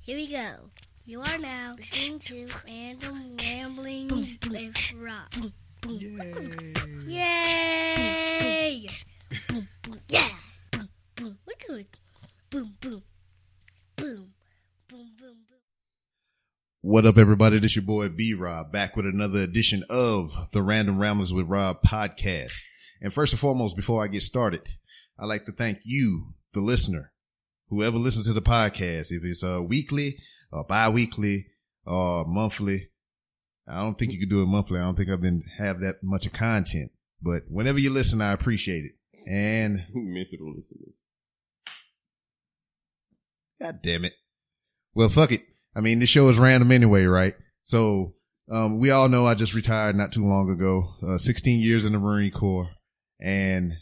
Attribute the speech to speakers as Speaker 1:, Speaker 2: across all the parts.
Speaker 1: Here we go. You are now listening to Random Ramblings with Rob.
Speaker 2: Yay.
Speaker 1: Yay! Boom, boom, yeah! Boom, boom, we're good. Boom, boom, boom, boom, boom, boom.
Speaker 2: What up, everybody? This your boy B Rob back with another edition of the Random Ramblers with Rob podcast. And first and foremost, before I get started, I'd like to thank you, the listener, whoever listens to the podcast, if it's uh, weekly or bi-weekly or monthly. I don't think you can do it monthly. I don't think I've been have that much of content, but whenever you listen, I appreciate it. And
Speaker 3: Mental listeners.
Speaker 2: God damn it. Well, fuck it. I mean, this show is random anyway, right? So, um, we all know I just retired not too long ago, uh, 16 years in the Marine Corps. And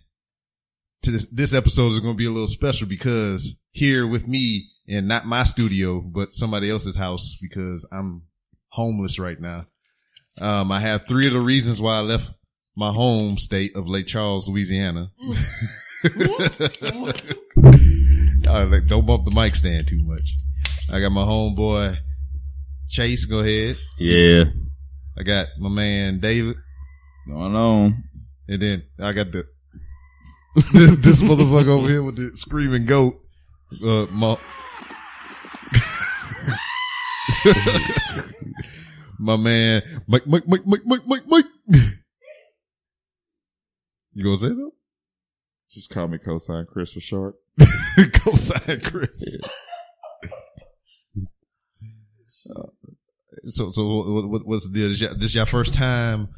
Speaker 2: to this, this episode is going to be a little special because here with me in not my studio, but somebody else's house because I'm homeless right now. Um, I have three of the reasons why I left my home state of Lake Charles, Louisiana. I like, Uh, don't bump the mic stand too much. I got my homeboy Chase. Go ahead.
Speaker 3: Yeah.
Speaker 2: I got my man David,
Speaker 3: Going on.
Speaker 2: and then I got the this, this motherfucker over here with the screaming goat. Uh, my my man Mike Mike Mike Mike Mike Mike Mike. You gonna say something?
Speaker 3: Just call me cosine Chris for short.
Speaker 2: Go sign Chris. Uh, so, so what, what, what's the deal? This your, this your first time,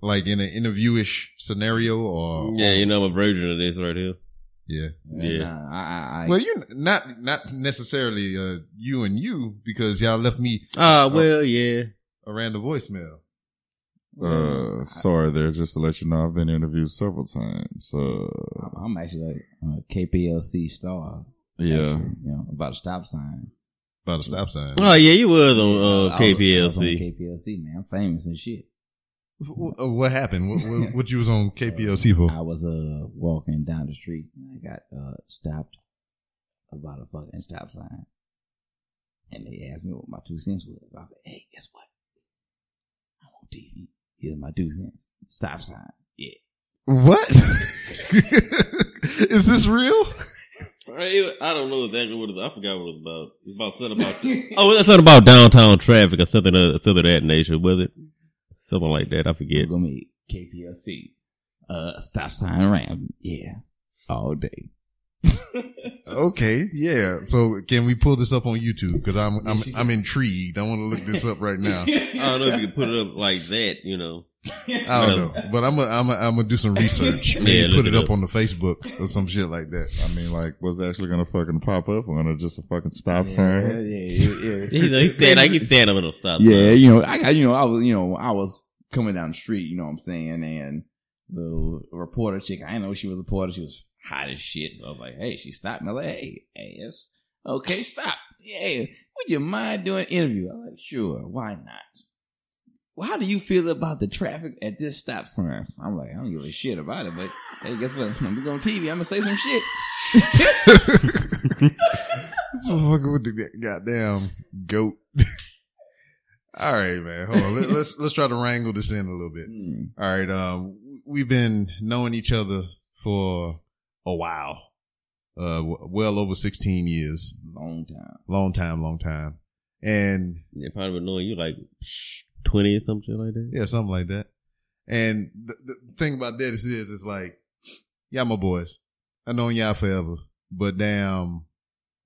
Speaker 2: like in an interviewish scenario, or
Speaker 4: Yeah, you know I'm a virgin of this right here.
Speaker 2: yeah?
Speaker 4: Yeah.
Speaker 5: uh,
Speaker 3: Nah, I, I, I,
Speaker 2: Well, you're not not necessarily uh, you and you because y'all left me
Speaker 4: Ah, well, yeah.
Speaker 2: around the voicemail.
Speaker 3: uh, sorry there, just to let you know, I've been interviewed several times. Uh,
Speaker 5: I'm- I'm actually like a KPLC star.
Speaker 3: yeah.
Speaker 5: Actually, you know, about a stop sign.
Speaker 2: About a stop sign.
Speaker 4: Oh, yeah, you was on
Speaker 5: I
Speaker 4: uh,
Speaker 5: was- I was on
Speaker 4: KPLC.
Speaker 5: KPLC, man. I'm famous and shit.
Speaker 2: Wh- uh, What happened? What, what, what you was on KPLC for?
Speaker 5: I was uh walking down the street and I got uh stopped about a fucking stop sign. And they asked me what my two cents was. I said, Hey, guess what? I'm on TV. Here's my two cents. Stop sign. Yeah.
Speaker 2: What is this real?
Speaker 4: Right, I don't know exactly what it is. I forgot what it was about. It was about something about. oh, that's something about downtown traffic or something, uh, something of that nature, was it? Something like that. I forget.
Speaker 5: Google me KPLC. Uh stop sign ram. Yeah. All day.
Speaker 2: Okay, yeah. So can we pull this up on YouTube? Because I'm I'm
Speaker 5: Yes, you
Speaker 2: I'm intrigued. I want to look this up right now.
Speaker 4: I don't know if you can put it up like that, you know.
Speaker 2: I don't know, but I'm a, I'm a, I'm gonna do some research. Maybe
Speaker 4: Yeah,
Speaker 2: put
Speaker 4: look
Speaker 2: it
Speaker 4: it
Speaker 2: up,
Speaker 4: up.
Speaker 2: on the Facebook or some shit like that.
Speaker 3: I mean, like, what's actually gonna fucking pop up on it? Just a fucking stop
Speaker 5: Yeah,
Speaker 3: sign?
Speaker 5: yeah, yeah.
Speaker 4: You know, he stand like he stand up and don't stop.
Speaker 5: Yeah, you know, I got you know, I was you know, I was coming down the street, you know what I'm saying, and the reporter chick, I didn't know she was a reporter, she was hot as shit. So I was like, hey, she stopped me. I'm like, hey, hey, yes. Okay, stop. Yeah. Would you mind doing an interview? I'm like, sure, why not? Well, how do you feel about the traffic at this stop sign? I'm like, I don't give a shit about it, but hey, guess what? I'm gonna be on TV, I'm gonna say some shit.
Speaker 2: This motherfucker with the goddamn goat. All right, man. Hold on. Let, let's let's try to wrangle this in a little bit.
Speaker 5: Hmm.
Speaker 2: All right. Um, we've been knowing each other for a while, uh, w- well over sixteen years.
Speaker 5: Long time.
Speaker 2: Long time, long time, and
Speaker 4: They probably been knowing you like psh, twenty or something like that.
Speaker 2: Yeah, something like that. And the, the thing about that is, is it's like, y'all my boys. I known y'all forever, but damn,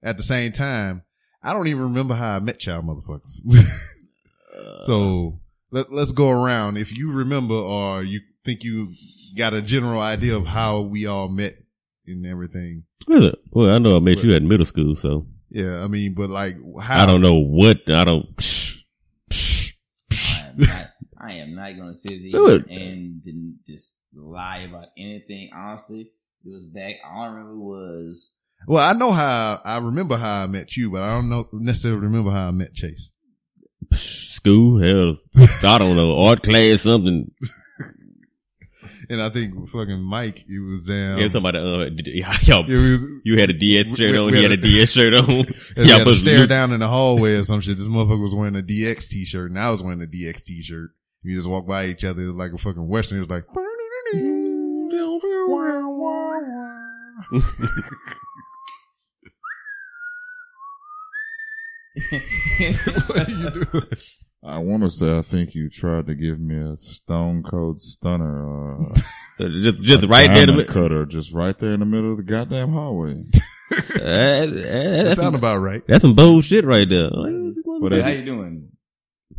Speaker 2: at the same time, I don't even remember how I met y'all motherfuckers.
Speaker 4: Uh-huh.
Speaker 2: so let, let's go around. If you remember or you think you got a general idea of how we all met and everything.
Speaker 4: Well, well, I know I met you at middle school, so
Speaker 2: Yeah, I mean, but like, how?
Speaker 4: I don't know what I don't. Psh, psh,
Speaker 5: I am not, I am not gonna sit here
Speaker 4: Do it.
Speaker 5: and didn't just lie about anything. Honestly, it was back. All I remember was
Speaker 2: Well, I know how I remember how I met you, but I don't know necessarily remember how I met Chase.
Speaker 4: school, hell, I don't know, art class, something.
Speaker 2: and I think fucking Mike, he was
Speaker 4: Yeah,
Speaker 2: down.
Speaker 4: somebody, uh, did- y'all,
Speaker 2: Yeah, we was-
Speaker 4: you had a DS shirt
Speaker 2: We-
Speaker 4: on.
Speaker 2: we
Speaker 4: You
Speaker 2: had
Speaker 4: had a
Speaker 2: a-
Speaker 4: DS shirt on.
Speaker 2: And we
Speaker 4: Y'all
Speaker 2: had to
Speaker 4: was
Speaker 2: stare
Speaker 4: loose.
Speaker 2: down in the hallway or some shit. This motherfucker was wearing a DX t-shirt and I was wearing a DX t-shirt. We just walked by each other. It was like a fucking Western. It was like, what are you doing?
Speaker 3: I want to say I think you tried to give me a stone cold stunner. Uh,
Speaker 4: Just, just right there. in the
Speaker 3: diamond
Speaker 4: mid-
Speaker 3: cutter, just right there in the middle of the goddamn hallway.
Speaker 4: Uh, uh,
Speaker 2: That
Speaker 4: that's,
Speaker 2: sound
Speaker 4: some,
Speaker 2: about right.
Speaker 4: that's some bold shit right there.
Speaker 3: But
Speaker 5: Hey, how
Speaker 3: as,
Speaker 5: you doing,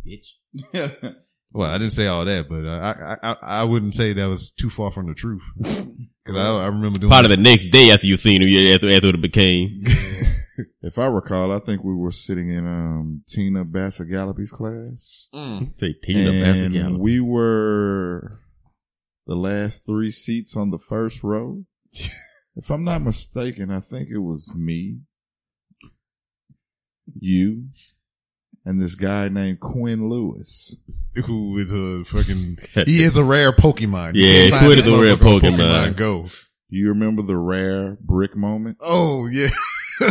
Speaker 5: bitch?
Speaker 2: Well, I didn't say all that, but I, I, I, I wouldn't say that was too far from the truth. Cause I, I remember doing
Speaker 4: Probably the next day after you seen him, yeah, after, after it became.
Speaker 3: if I recall, I think we were sitting in um, Tina Bassett Gallopy's class,
Speaker 4: Say Tina after
Speaker 3: and
Speaker 4: Gallop.
Speaker 3: we were the last three seats on the first row. if I'm not mistaken, I think it was me, you, and this guy named Quinn Lewis.
Speaker 2: who is a fucking, he is a rare Pokemon. You
Speaker 4: Yeah,
Speaker 2: can't find
Speaker 4: Quid
Speaker 2: this
Speaker 4: is a rare
Speaker 2: motherfucker on
Speaker 4: Pokemon.
Speaker 2: Go.
Speaker 3: Do you remember the rare brick moment?
Speaker 2: Oh yeah.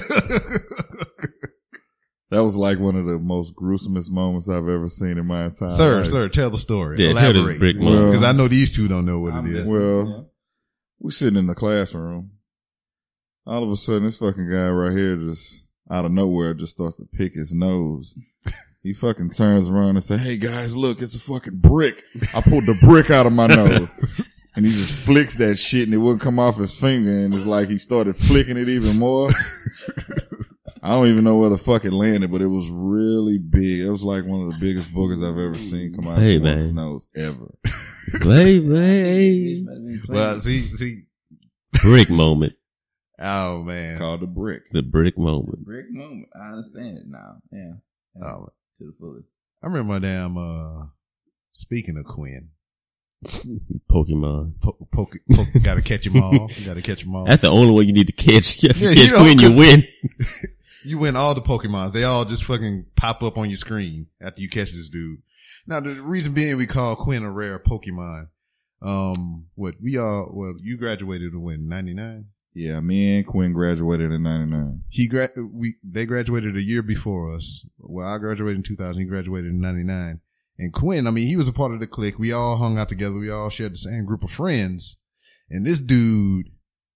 Speaker 3: That was like one of the most gruesomest moments I've ever seen in my entire
Speaker 2: sir,
Speaker 3: life.
Speaker 2: sir, tell the story.
Speaker 4: Yeah, tell the
Speaker 2: Elaborate.
Speaker 4: brick
Speaker 3: Well,
Speaker 4: moment.
Speaker 2: Cause I know these two don't know what
Speaker 5: I'm
Speaker 2: it is.
Speaker 5: listening,
Speaker 3: Well, We sitting in the classroom. All of a sudden, this fucking guy right here just out of nowhere just starts to pick his nose. He fucking turns around and say, "Hey guys, look, it's a fucking brick." I pulled the brick out of my nose, and he just flicks that shit, and it wouldn't come off his finger, and it's like he started flicking it even more. I don't even know where the fuck it landed, but it was really big. It was like one of the biggest boogers I've ever seen come out
Speaker 4: Hey,
Speaker 3: of someone's
Speaker 4: man.
Speaker 3: nose ever.
Speaker 4: hey, hey,
Speaker 2: Well, see, see,
Speaker 4: brick moment.
Speaker 2: oh
Speaker 3: It's
Speaker 2: man.
Speaker 3: called a brick.
Speaker 4: The brick moment.
Speaker 5: brick moment. I understand it now. Yeah,
Speaker 2: Oh,
Speaker 5: to the fullest.
Speaker 2: I remember my damn, uh, speaking of Quinn,
Speaker 4: Pokemon.
Speaker 2: po- poke, poke, gotta catch them all. You gotta catch them all.
Speaker 4: That's the only way you need to catch. You have to
Speaker 2: Yeah, you
Speaker 4: catch
Speaker 2: know,
Speaker 4: Quinn, you
Speaker 2: cause-
Speaker 4: win.
Speaker 2: You win all the Pokemons. They all just fucking pop up on your screen after you catch this dude. Now, the reason being we call Quinn a rare Pokemon. Um, what we all, well, you graduated in when, 99?
Speaker 3: Yeah, me and Quinn graduated in '99.
Speaker 2: He gra- we, they graduated a year before us. Well, I graduated in 2000. He graduated in 99. And Quinn, I mean, he was a part of the clique. We all hung out together. We all shared the same group of friends. And this dude,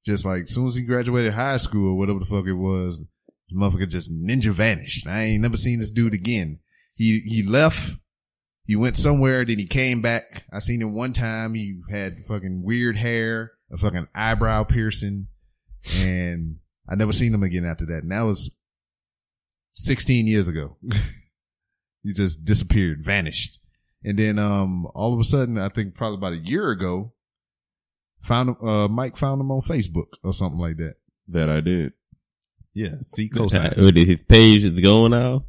Speaker 2: just like, soon as he graduated high school or whatever the fuck it was, the motherfucker just ninja vanished. I ain't never seen this dude again. He, he left. He went somewhere. Then he came back. I seen him one time. He had fucking weird hair, a fucking eyebrow piercing and I never seen him again after that. And that was 16 years ago. he just disappeared, vanished. And then, um, all of a sudden, I think probably about a year ago, found him, uh, Mike found him on Facebook or something like that.
Speaker 3: That I did.
Speaker 2: Yeah. See, close
Speaker 4: Uh, what is His page is going out.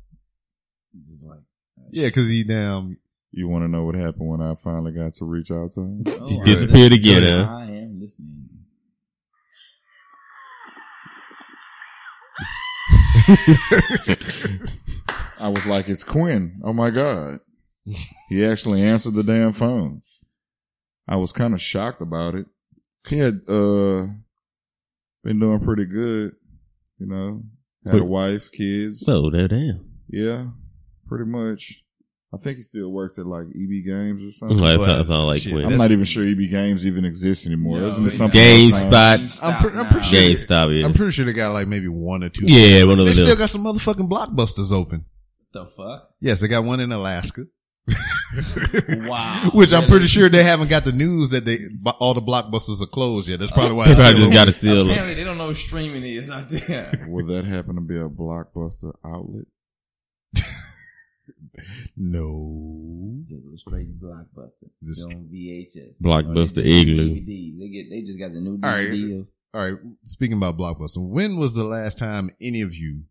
Speaker 5: This is like, uh,
Speaker 2: Yeah, cause he damn,
Speaker 3: You want to know what happened when I finally got to reach out to him?
Speaker 5: oh,
Speaker 4: He
Speaker 5: I-
Speaker 4: disappeared again, huh?
Speaker 5: I am listening.
Speaker 3: I was like, "It's Quinn." Oh my god! He actually answered the damn phone. I was kind of shocked about it. He had uh been doing pretty good, you know. Had a
Speaker 4: But-
Speaker 3: wife, kids.
Speaker 4: So, there, damn.
Speaker 3: Yeah, pretty much. I think he still works at like EB Games or something.
Speaker 4: Like, it's not,
Speaker 2: that's
Speaker 4: it's not like
Speaker 2: shit.
Speaker 4: Quinn.
Speaker 3: I'm not even sure EB Games even exists anymore.
Speaker 5: No,
Speaker 3: Isn't it
Speaker 5: it's
Speaker 3: something?
Speaker 5: not.
Speaker 3: else
Speaker 4: GameStop.
Speaker 3: now?
Speaker 2: I'm pre- I'm
Speaker 5: now.
Speaker 2: pretty sure-
Speaker 4: GameStop, yeah.
Speaker 2: I'm pretty sure they got like maybe one or two.
Speaker 4: yeah, one
Speaker 2: They
Speaker 4: of the
Speaker 2: still
Speaker 4: little.
Speaker 2: got some motherfucking blockbusters open.
Speaker 5: the fuck?
Speaker 2: Yes, they got one in Alaska.
Speaker 5: Wow.
Speaker 2: Which I'm
Speaker 5: Really?
Speaker 2: pretty sure they haven't got the news that they all the blockbusters are closed yet. That's probably why.
Speaker 4: They
Speaker 2: it's
Speaker 4: probably
Speaker 2: still
Speaker 4: just got to
Speaker 2: open.
Speaker 4: steal.
Speaker 5: Apparently, they don't know what streaming is out there.
Speaker 3: Would that happen to be a blockbuster outlet?
Speaker 2: No.
Speaker 5: Just a straight blockbuster.
Speaker 2: Just-
Speaker 5: Just on VHS.
Speaker 4: Blockbuster
Speaker 5: Or Oh, they just
Speaker 4: Igloo.
Speaker 5: DVD. They get. They just got the new
Speaker 2: All right.
Speaker 5: DVD. of-
Speaker 2: All right. Speaking about blockbuster, when was the last time any of you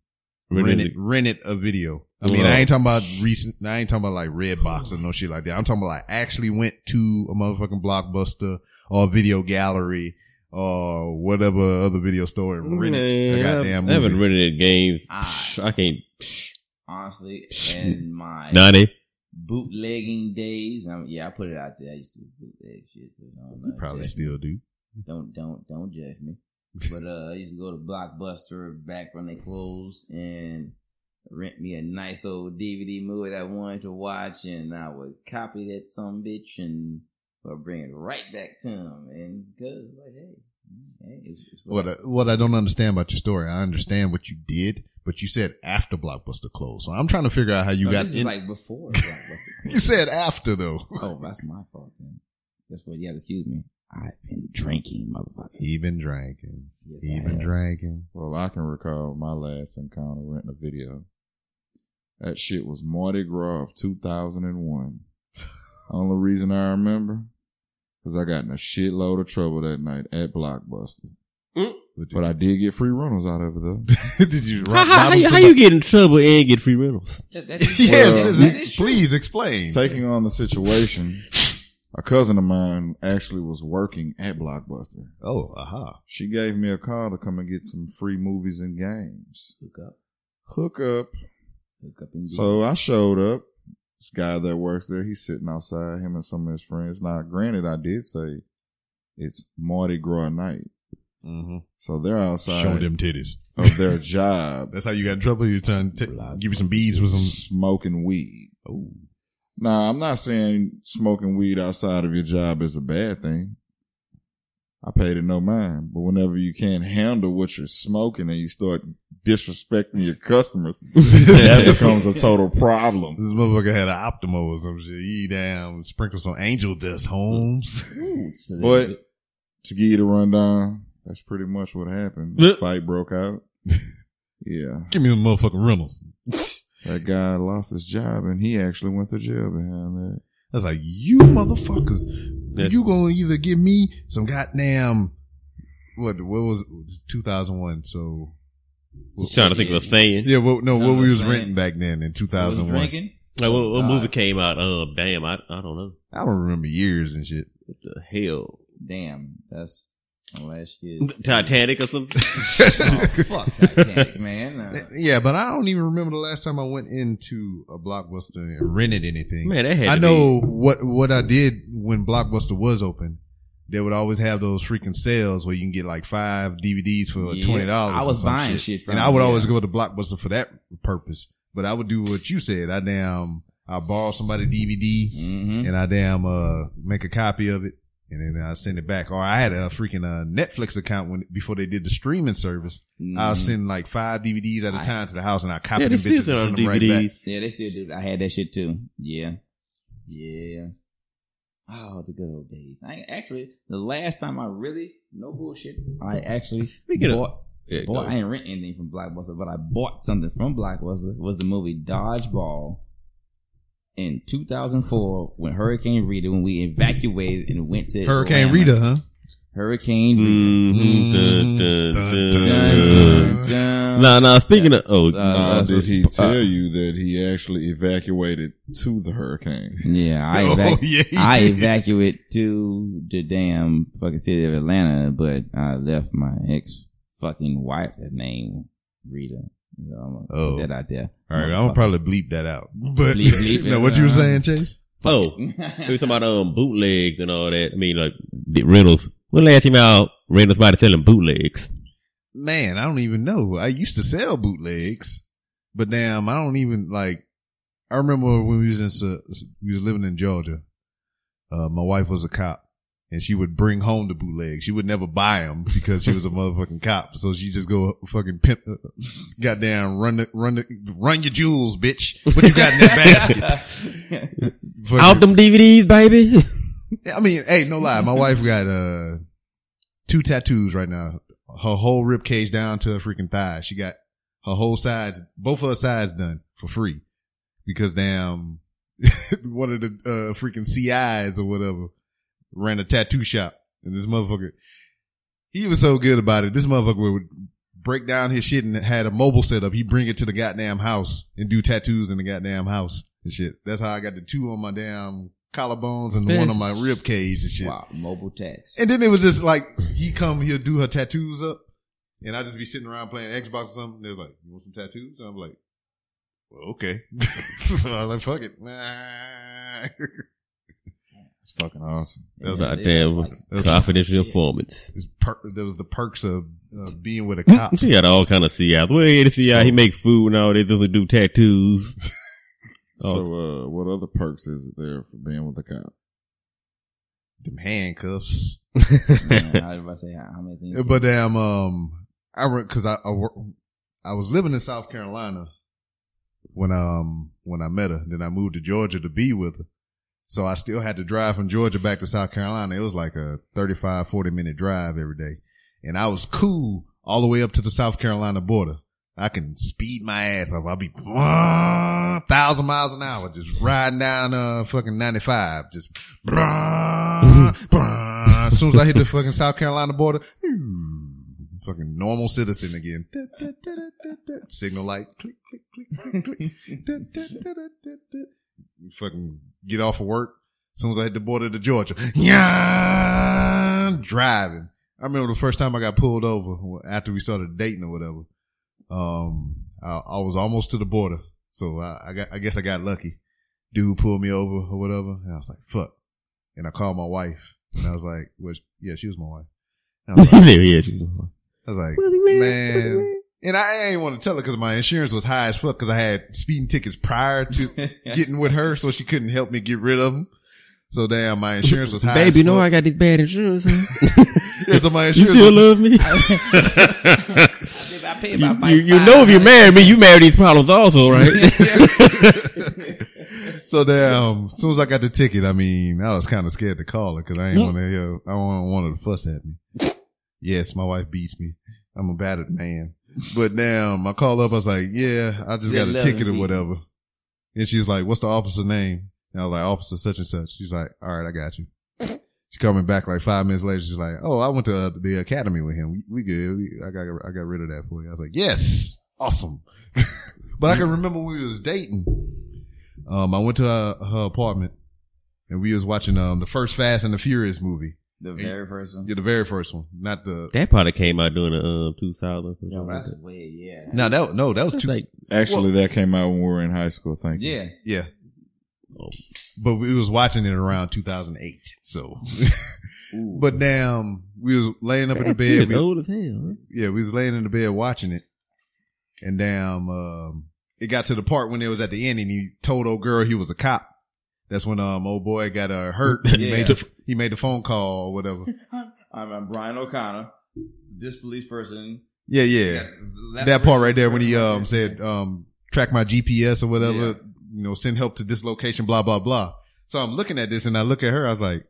Speaker 4: Rented
Speaker 2: rented
Speaker 4: it.
Speaker 2: rented a video? I mean, I ain't talking about recent. I ain't talking about like Redbox or no shit like that. I'm talking about like actually went to a motherfucking blockbuster or a video gallery or whatever other video store and rented a
Speaker 4: Man,
Speaker 2: goddamn
Speaker 4: I haven't
Speaker 2: movie.
Speaker 4: rented games.
Speaker 5: Ah.
Speaker 4: Psh, I can't.
Speaker 5: Honestly, and my
Speaker 4: Nah, they
Speaker 5: bootlegging days. Um, yeah, I put it out there. I used to bootleg shit. So don't,
Speaker 2: You
Speaker 5: uh,
Speaker 2: probably
Speaker 5: judge-
Speaker 2: still do.
Speaker 5: don't don't don't judge me. But uh, I used to go to Blockbuster back when they closed and rent me a nice old DVD movie that I wanted to watch, and I would copy that some bitch and or bring it right back to him. And because like, hey, hey, it's, it's
Speaker 2: What uh, I, what I don't understand about your story, I understand what you did, but you said after Blockbuster closed. So I'm trying to figure out how you
Speaker 5: No,
Speaker 2: got
Speaker 5: this is
Speaker 2: in.
Speaker 5: like before Blockbuster.
Speaker 2: you said after though.
Speaker 5: Oh, that's my fault then. That's what. Yeah, excuse me. I've been drinking, motherfucker.
Speaker 2: Even drinking.
Speaker 5: Yes, I
Speaker 2: Even
Speaker 5: have.
Speaker 2: drinking.
Speaker 3: Well, I can recall my last encounter renting a video. That shit was Mardi Gras of 2001. Only reason I remember, because I got in a shitload of trouble that night at Blockbuster. But I did get free rentals out of it though.
Speaker 2: did you
Speaker 4: How,
Speaker 2: rock
Speaker 4: how, how,
Speaker 2: bottom
Speaker 4: you- how you get in trouble and get free rentals?
Speaker 5: That, that
Speaker 2: somebody?
Speaker 5: is-
Speaker 3: Well,
Speaker 2: yes,
Speaker 5: that
Speaker 2: this
Speaker 5: is
Speaker 2: is-
Speaker 5: true.
Speaker 2: please explain.
Speaker 3: Taking on the situation, a cousin of mine actually was working at Blockbuster.
Speaker 2: Oh, aha.
Speaker 3: She gave me a call to come and get some free movies and games.
Speaker 5: Hook up,
Speaker 3: Hook up.
Speaker 5: hook up, and
Speaker 3: So I showed up. This guy that works there, he's sitting outside, him and some of his friends. Now, granted, I did say it's Mardi Gras night.
Speaker 2: Mm-hmm.
Speaker 3: So they're outside
Speaker 2: Show them titties.
Speaker 3: of their job
Speaker 2: That's how you got in trouble. You're trying to give you some beads with some.
Speaker 3: smoking weed.
Speaker 2: Oh,
Speaker 3: Now, I'm not saying smoking weed outside of your job is a bad thing. I paid it no mind. But whenever you can't handle what you're smoking and you start disrespecting your customers, that becomes a total problem.
Speaker 2: this motherfucker had an Optimo or some shit. He damn sprinkle some angel dust, Holmes.
Speaker 5: Ooh, so
Speaker 3: But-
Speaker 5: that-
Speaker 3: to give you the rundown, that's pretty much what happened. The fight broke out. Yeah.
Speaker 2: give me the motherfucking Reynolds.
Speaker 3: That guy lost his job and he actually went to jail behind that.
Speaker 2: That's like you motherfuckers.
Speaker 4: That's-
Speaker 2: you gonna either give me some goddamn what? What was two thousand one? So
Speaker 4: I'm trying to think of a saying.
Speaker 2: yeah, well, no,
Speaker 5: Sounds
Speaker 2: what we
Speaker 5: the
Speaker 2: was
Speaker 5: same.
Speaker 2: renting back then in two
Speaker 5: I was
Speaker 2: thousand one.
Speaker 5: drinking.
Speaker 4: Like, what, what
Speaker 2: Oh,
Speaker 5: Uh,
Speaker 4: movie came out? Uh, damn, I, I don't know.
Speaker 2: I don't remember years and shit.
Speaker 4: What the hell?
Speaker 5: Damn, that's my last year.
Speaker 4: Titanic or something?
Speaker 5: oh, fuck Titanic, man. Uh,
Speaker 2: Yeah, but I don't even remember the last time I went into a blockbuster and rented anything.
Speaker 4: Man, that had
Speaker 2: I
Speaker 4: to
Speaker 2: know what what I did when Blockbuster was open. They would always have those freaking sales where you can get like five DVDs for
Speaker 5: Yeah,
Speaker 2: twenty dollars.
Speaker 5: I was buying shit from
Speaker 2: and I would
Speaker 5: them,
Speaker 2: always
Speaker 5: yeah.
Speaker 2: go to Blockbuster for that purpose. But I would do what you said. I damn, I borrow somebody DVD
Speaker 5: mhm.
Speaker 2: and I damn uh make a copy of it and then I send it back. Or I had a freaking uh, Netflix account when before they did the streaming service. I
Speaker 5: Mhm.
Speaker 2: was sending like five DVDs at a
Speaker 5: I-
Speaker 2: time to the house and I
Speaker 4: be.
Speaker 2: copied
Speaker 4: Yeah,
Speaker 2: them
Speaker 4: this
Speaker 2: bitches and
Speaker 4: is
Speaker 2: sent
Speaker 4: on
Speaker 2: them right back.
Speaker 4: DVDs.
Speaker 5: Yeah, they still do. I had that shit too. Yeah, yeah. Oh, the good old days. I actually the last time I really no bullshit. I actually
Speaker 4: Speaking of-
Speaker 5: bought,
Speaker 4: Yeah,
Speaker 5: boy,
Speaker 4: go.
Speaker 5: I ain't rent anything from Blockbuster, but I bought something from Blockbuster. Was the movie Dodgeball in 2004 when Hurricane Rita when we evacuated and went to
Speaker 2: Hurricane
Speaker 5: Atlanta.
Speaker 2: Rita, huh?
Speaker 5: Hurricane Rita.
Speaker 4: Mhm. Dun,
Speaker 2: Dun,
Speaker 4: dun,
Speaker 2: dun,
Speaker 4: dun, dun. Mm-hmm. Mm.
Speaker 2: Mm-hmm.
Speaker 4: Nah, nah. Speaking of, oh,
Speaker 5: Uh,
Speaker 3: Now,
Speaker 5: that's
Speaker 3: did
Speaker 5: what's-
Speaker 3: he
Speaker 5: uh,
Speaker 3: tell you that he actually evacuated to the hurricane?
Speaker 5: Yeah, I
Speaker 2: Oh,
Speaker 5: evac-
Speaker 2: yeah, he
Speaker 5: I
Speaker 2: did.
Speaker 5: evacuate to the damn fucking city of Atlanta, but I left my ex fucking wife that name Rita. You know, I'm gonna put
Speaker 2: Oh.
Speaker 5: that out there.
Speaker 2: All right, I'm gonna probably bleep that out. But
Speaker 5: Bleep, bleep it uh,
Speaker 2: no, what you were
Speaker 5: out.
Speaker 2: saying, Chase?
Speaker 4: oh, we were talking about um bootlegs and all that. I mean, like the rentals. When last time out, rentals might selling bootlegs.
Speaker 2: Man, I don't even know. I used to sell bootlegs, but damn, I don't even like. I remember when we was in Sa- we was living in Georgia. Uh, my wife was a cop, and she would bring home the bootlegs. She would never buy them because she was a motherfucking cop. So she just go fucking pimp, goddamn run the, run the, run your jewels, bitch. What you got in that basket? Fucking-
Speaker 4: Out them DVDs, baby.
Speaker 2: I mean, hey, no lie. My wife got uh two tattoos right now. Her whole rib cage down to her freaking thigh. She got her whole sides, both of her sides done for free because damn, one of the uh, freaking CIs or whatever ran a tattoo shop, and this motherfucker, he was so good about it. This motherfucker would break down his shit and had a mobile setup. He'd bring it to the goddamn house and do tattoos in the goddamn house and shit. That's how I got the two on my damn collarbones and the one on my rib cage and shit.
Speaker 5: Wow, mobile tats.
Speaker 2: And then it was just like he come, he'll do her tattoos up, and I just be sitting around playing Xbox or something. They're like, "You want some tattoos?" And I'm like, well, okay. so I was like, fuck it. Nah.
Speaker 3: It's fucking awesome.
Speaker 2: That was-
Speaker 4: Goddamn
Speaker 2: that's-
Speaker 4: confidential informants.
Speaker 2: It's per- there was the perks of uh, being with a cop.
Speaker 4: She got all kind of CI. Well, yeah, the CI, he make food and all that. They do tattoos. Oh.
Speaker 3: So, uh, what other perks is it there for being with a cop?
Speaker 2: Them handcuffs.
Speaker 5: Man, I was about to say how, how many things.
Speaker 2: But damn, um, I re- cause I, I work, I was living in South Carolina when, um, when I met her. Then I moved to Georgia to be with her. So I still had to drive from Georgia back to South Carolina. It was like a 35, 40 minute drive every day. And I was cool all the way up to the South Carolina border. I can speed my ass off. I'll be thousand miles an hour, just riding down uh fucking ninety five. Just as soon as I hit the fucking South Carolina border, fucking normal citizen again. Signal light, click, click, click, click, click. fucking get off of work. As soon as I hit the border to Georgia, driving. I remember the first time I got pulled over after we started dating or whatever um, I, I was almost to the border, so I, I got, I guess I got lucky. Dude pulled me over or whatever, and I was like, "Fuck!" And I called my wife, and I was like, "Which, yeah, she was my wife." And I was like,
Speaker 4: yeah, she's-
Speaker 2: I was like "Man," and I ain't want to tell her because my insurance was high as fuck because I had speeding tickets prior to getting with her, so she couldn't help me get rid of them. So damn, my insurance was high.
Speaker 4: Baby,
Speaker 2: as
Speaker 4: you know I
Speaker 2: fuck.
Speaker 4: got this bad insurance.
Speaker 2: yeah, so my
Speaker 4: you
Speaker 2: insurance.
Speaker 4: still love me?
Speaker 5: I paid
Speaker 4: you,
Speaker 5: my bike
Speaker 4: you, you know if you
Speaker 5: fine.
Speaker 4: marry me, you marry these problems also, right?
Speaker 2: so damn, as soon as I got the ticket, I mean, I was kind of scared to call her because I ain't want to hear, I don't want her to fuss at me. yes, my wife beats me. I'm a battered man. But damn, I called up, I was like, yeah, I just
Speaker 5: Yeah,
Speaker 2: got a
Speaker 5: love
Speaker 2: ticket or
Speaker 5: me.
Speaker 2: whatever. And she was like, what's the officer name? And I was like, officer such and such. She's like, all right, I got you. She coming back like five minutes later. She's like, "Oh, I went to uh, the academy with him. We, we good. We, I got I got rid of that for you." I was like, "Yes, awesome." but I can remember when we was dating. Um, I went to her, her apartment, and we was watching um the first Fast and the Furious movie.
Speaker 5: the very first one.
Speaker 2: Yeah, the very first one, not the.
Speaker 4: that probably came out during the um, 2000.
Speaker 5: Yeah, but that's way yeah.
Speaker 2: No, that no, that was
Speaker 4: That's
Speaker 2: too.
Speaker 4: like,
Speaker 3: Actually, that came out when we were in high school. Thank you.
Speaker 5: Yeah,
Speaker 2: yeah, but we was watching it around 2008. So,
Speaker 5: Ooh.
Speaker 2: but damn, we was laying up in the
Speaker 4: Brad
Speaker 2: bed.
Speaker 4: Pitt
Speaker 2: we-
Speaker 4: old as hell.
Speaker 2: yeah, we was laying in the bed watching it, and damn, um, it got to the part when it was at the end, and he told old girl he was a cop. That's when um old boy got uh, hurt. He,
Speaker 5: Yeah.
Speaker 2: made the, he made the phone call or whatever.
Speaker 5: I'm, I'm Brian O'Connor, this police person.
Speaker 2: Yeah, yeah, that part right there when he um said um track my GPS or whatever,
Speaker 5: Yeah.
Speaker 2: you know, send help to this location, blah blah blah. So I'm looking at this and I look at her, I was like,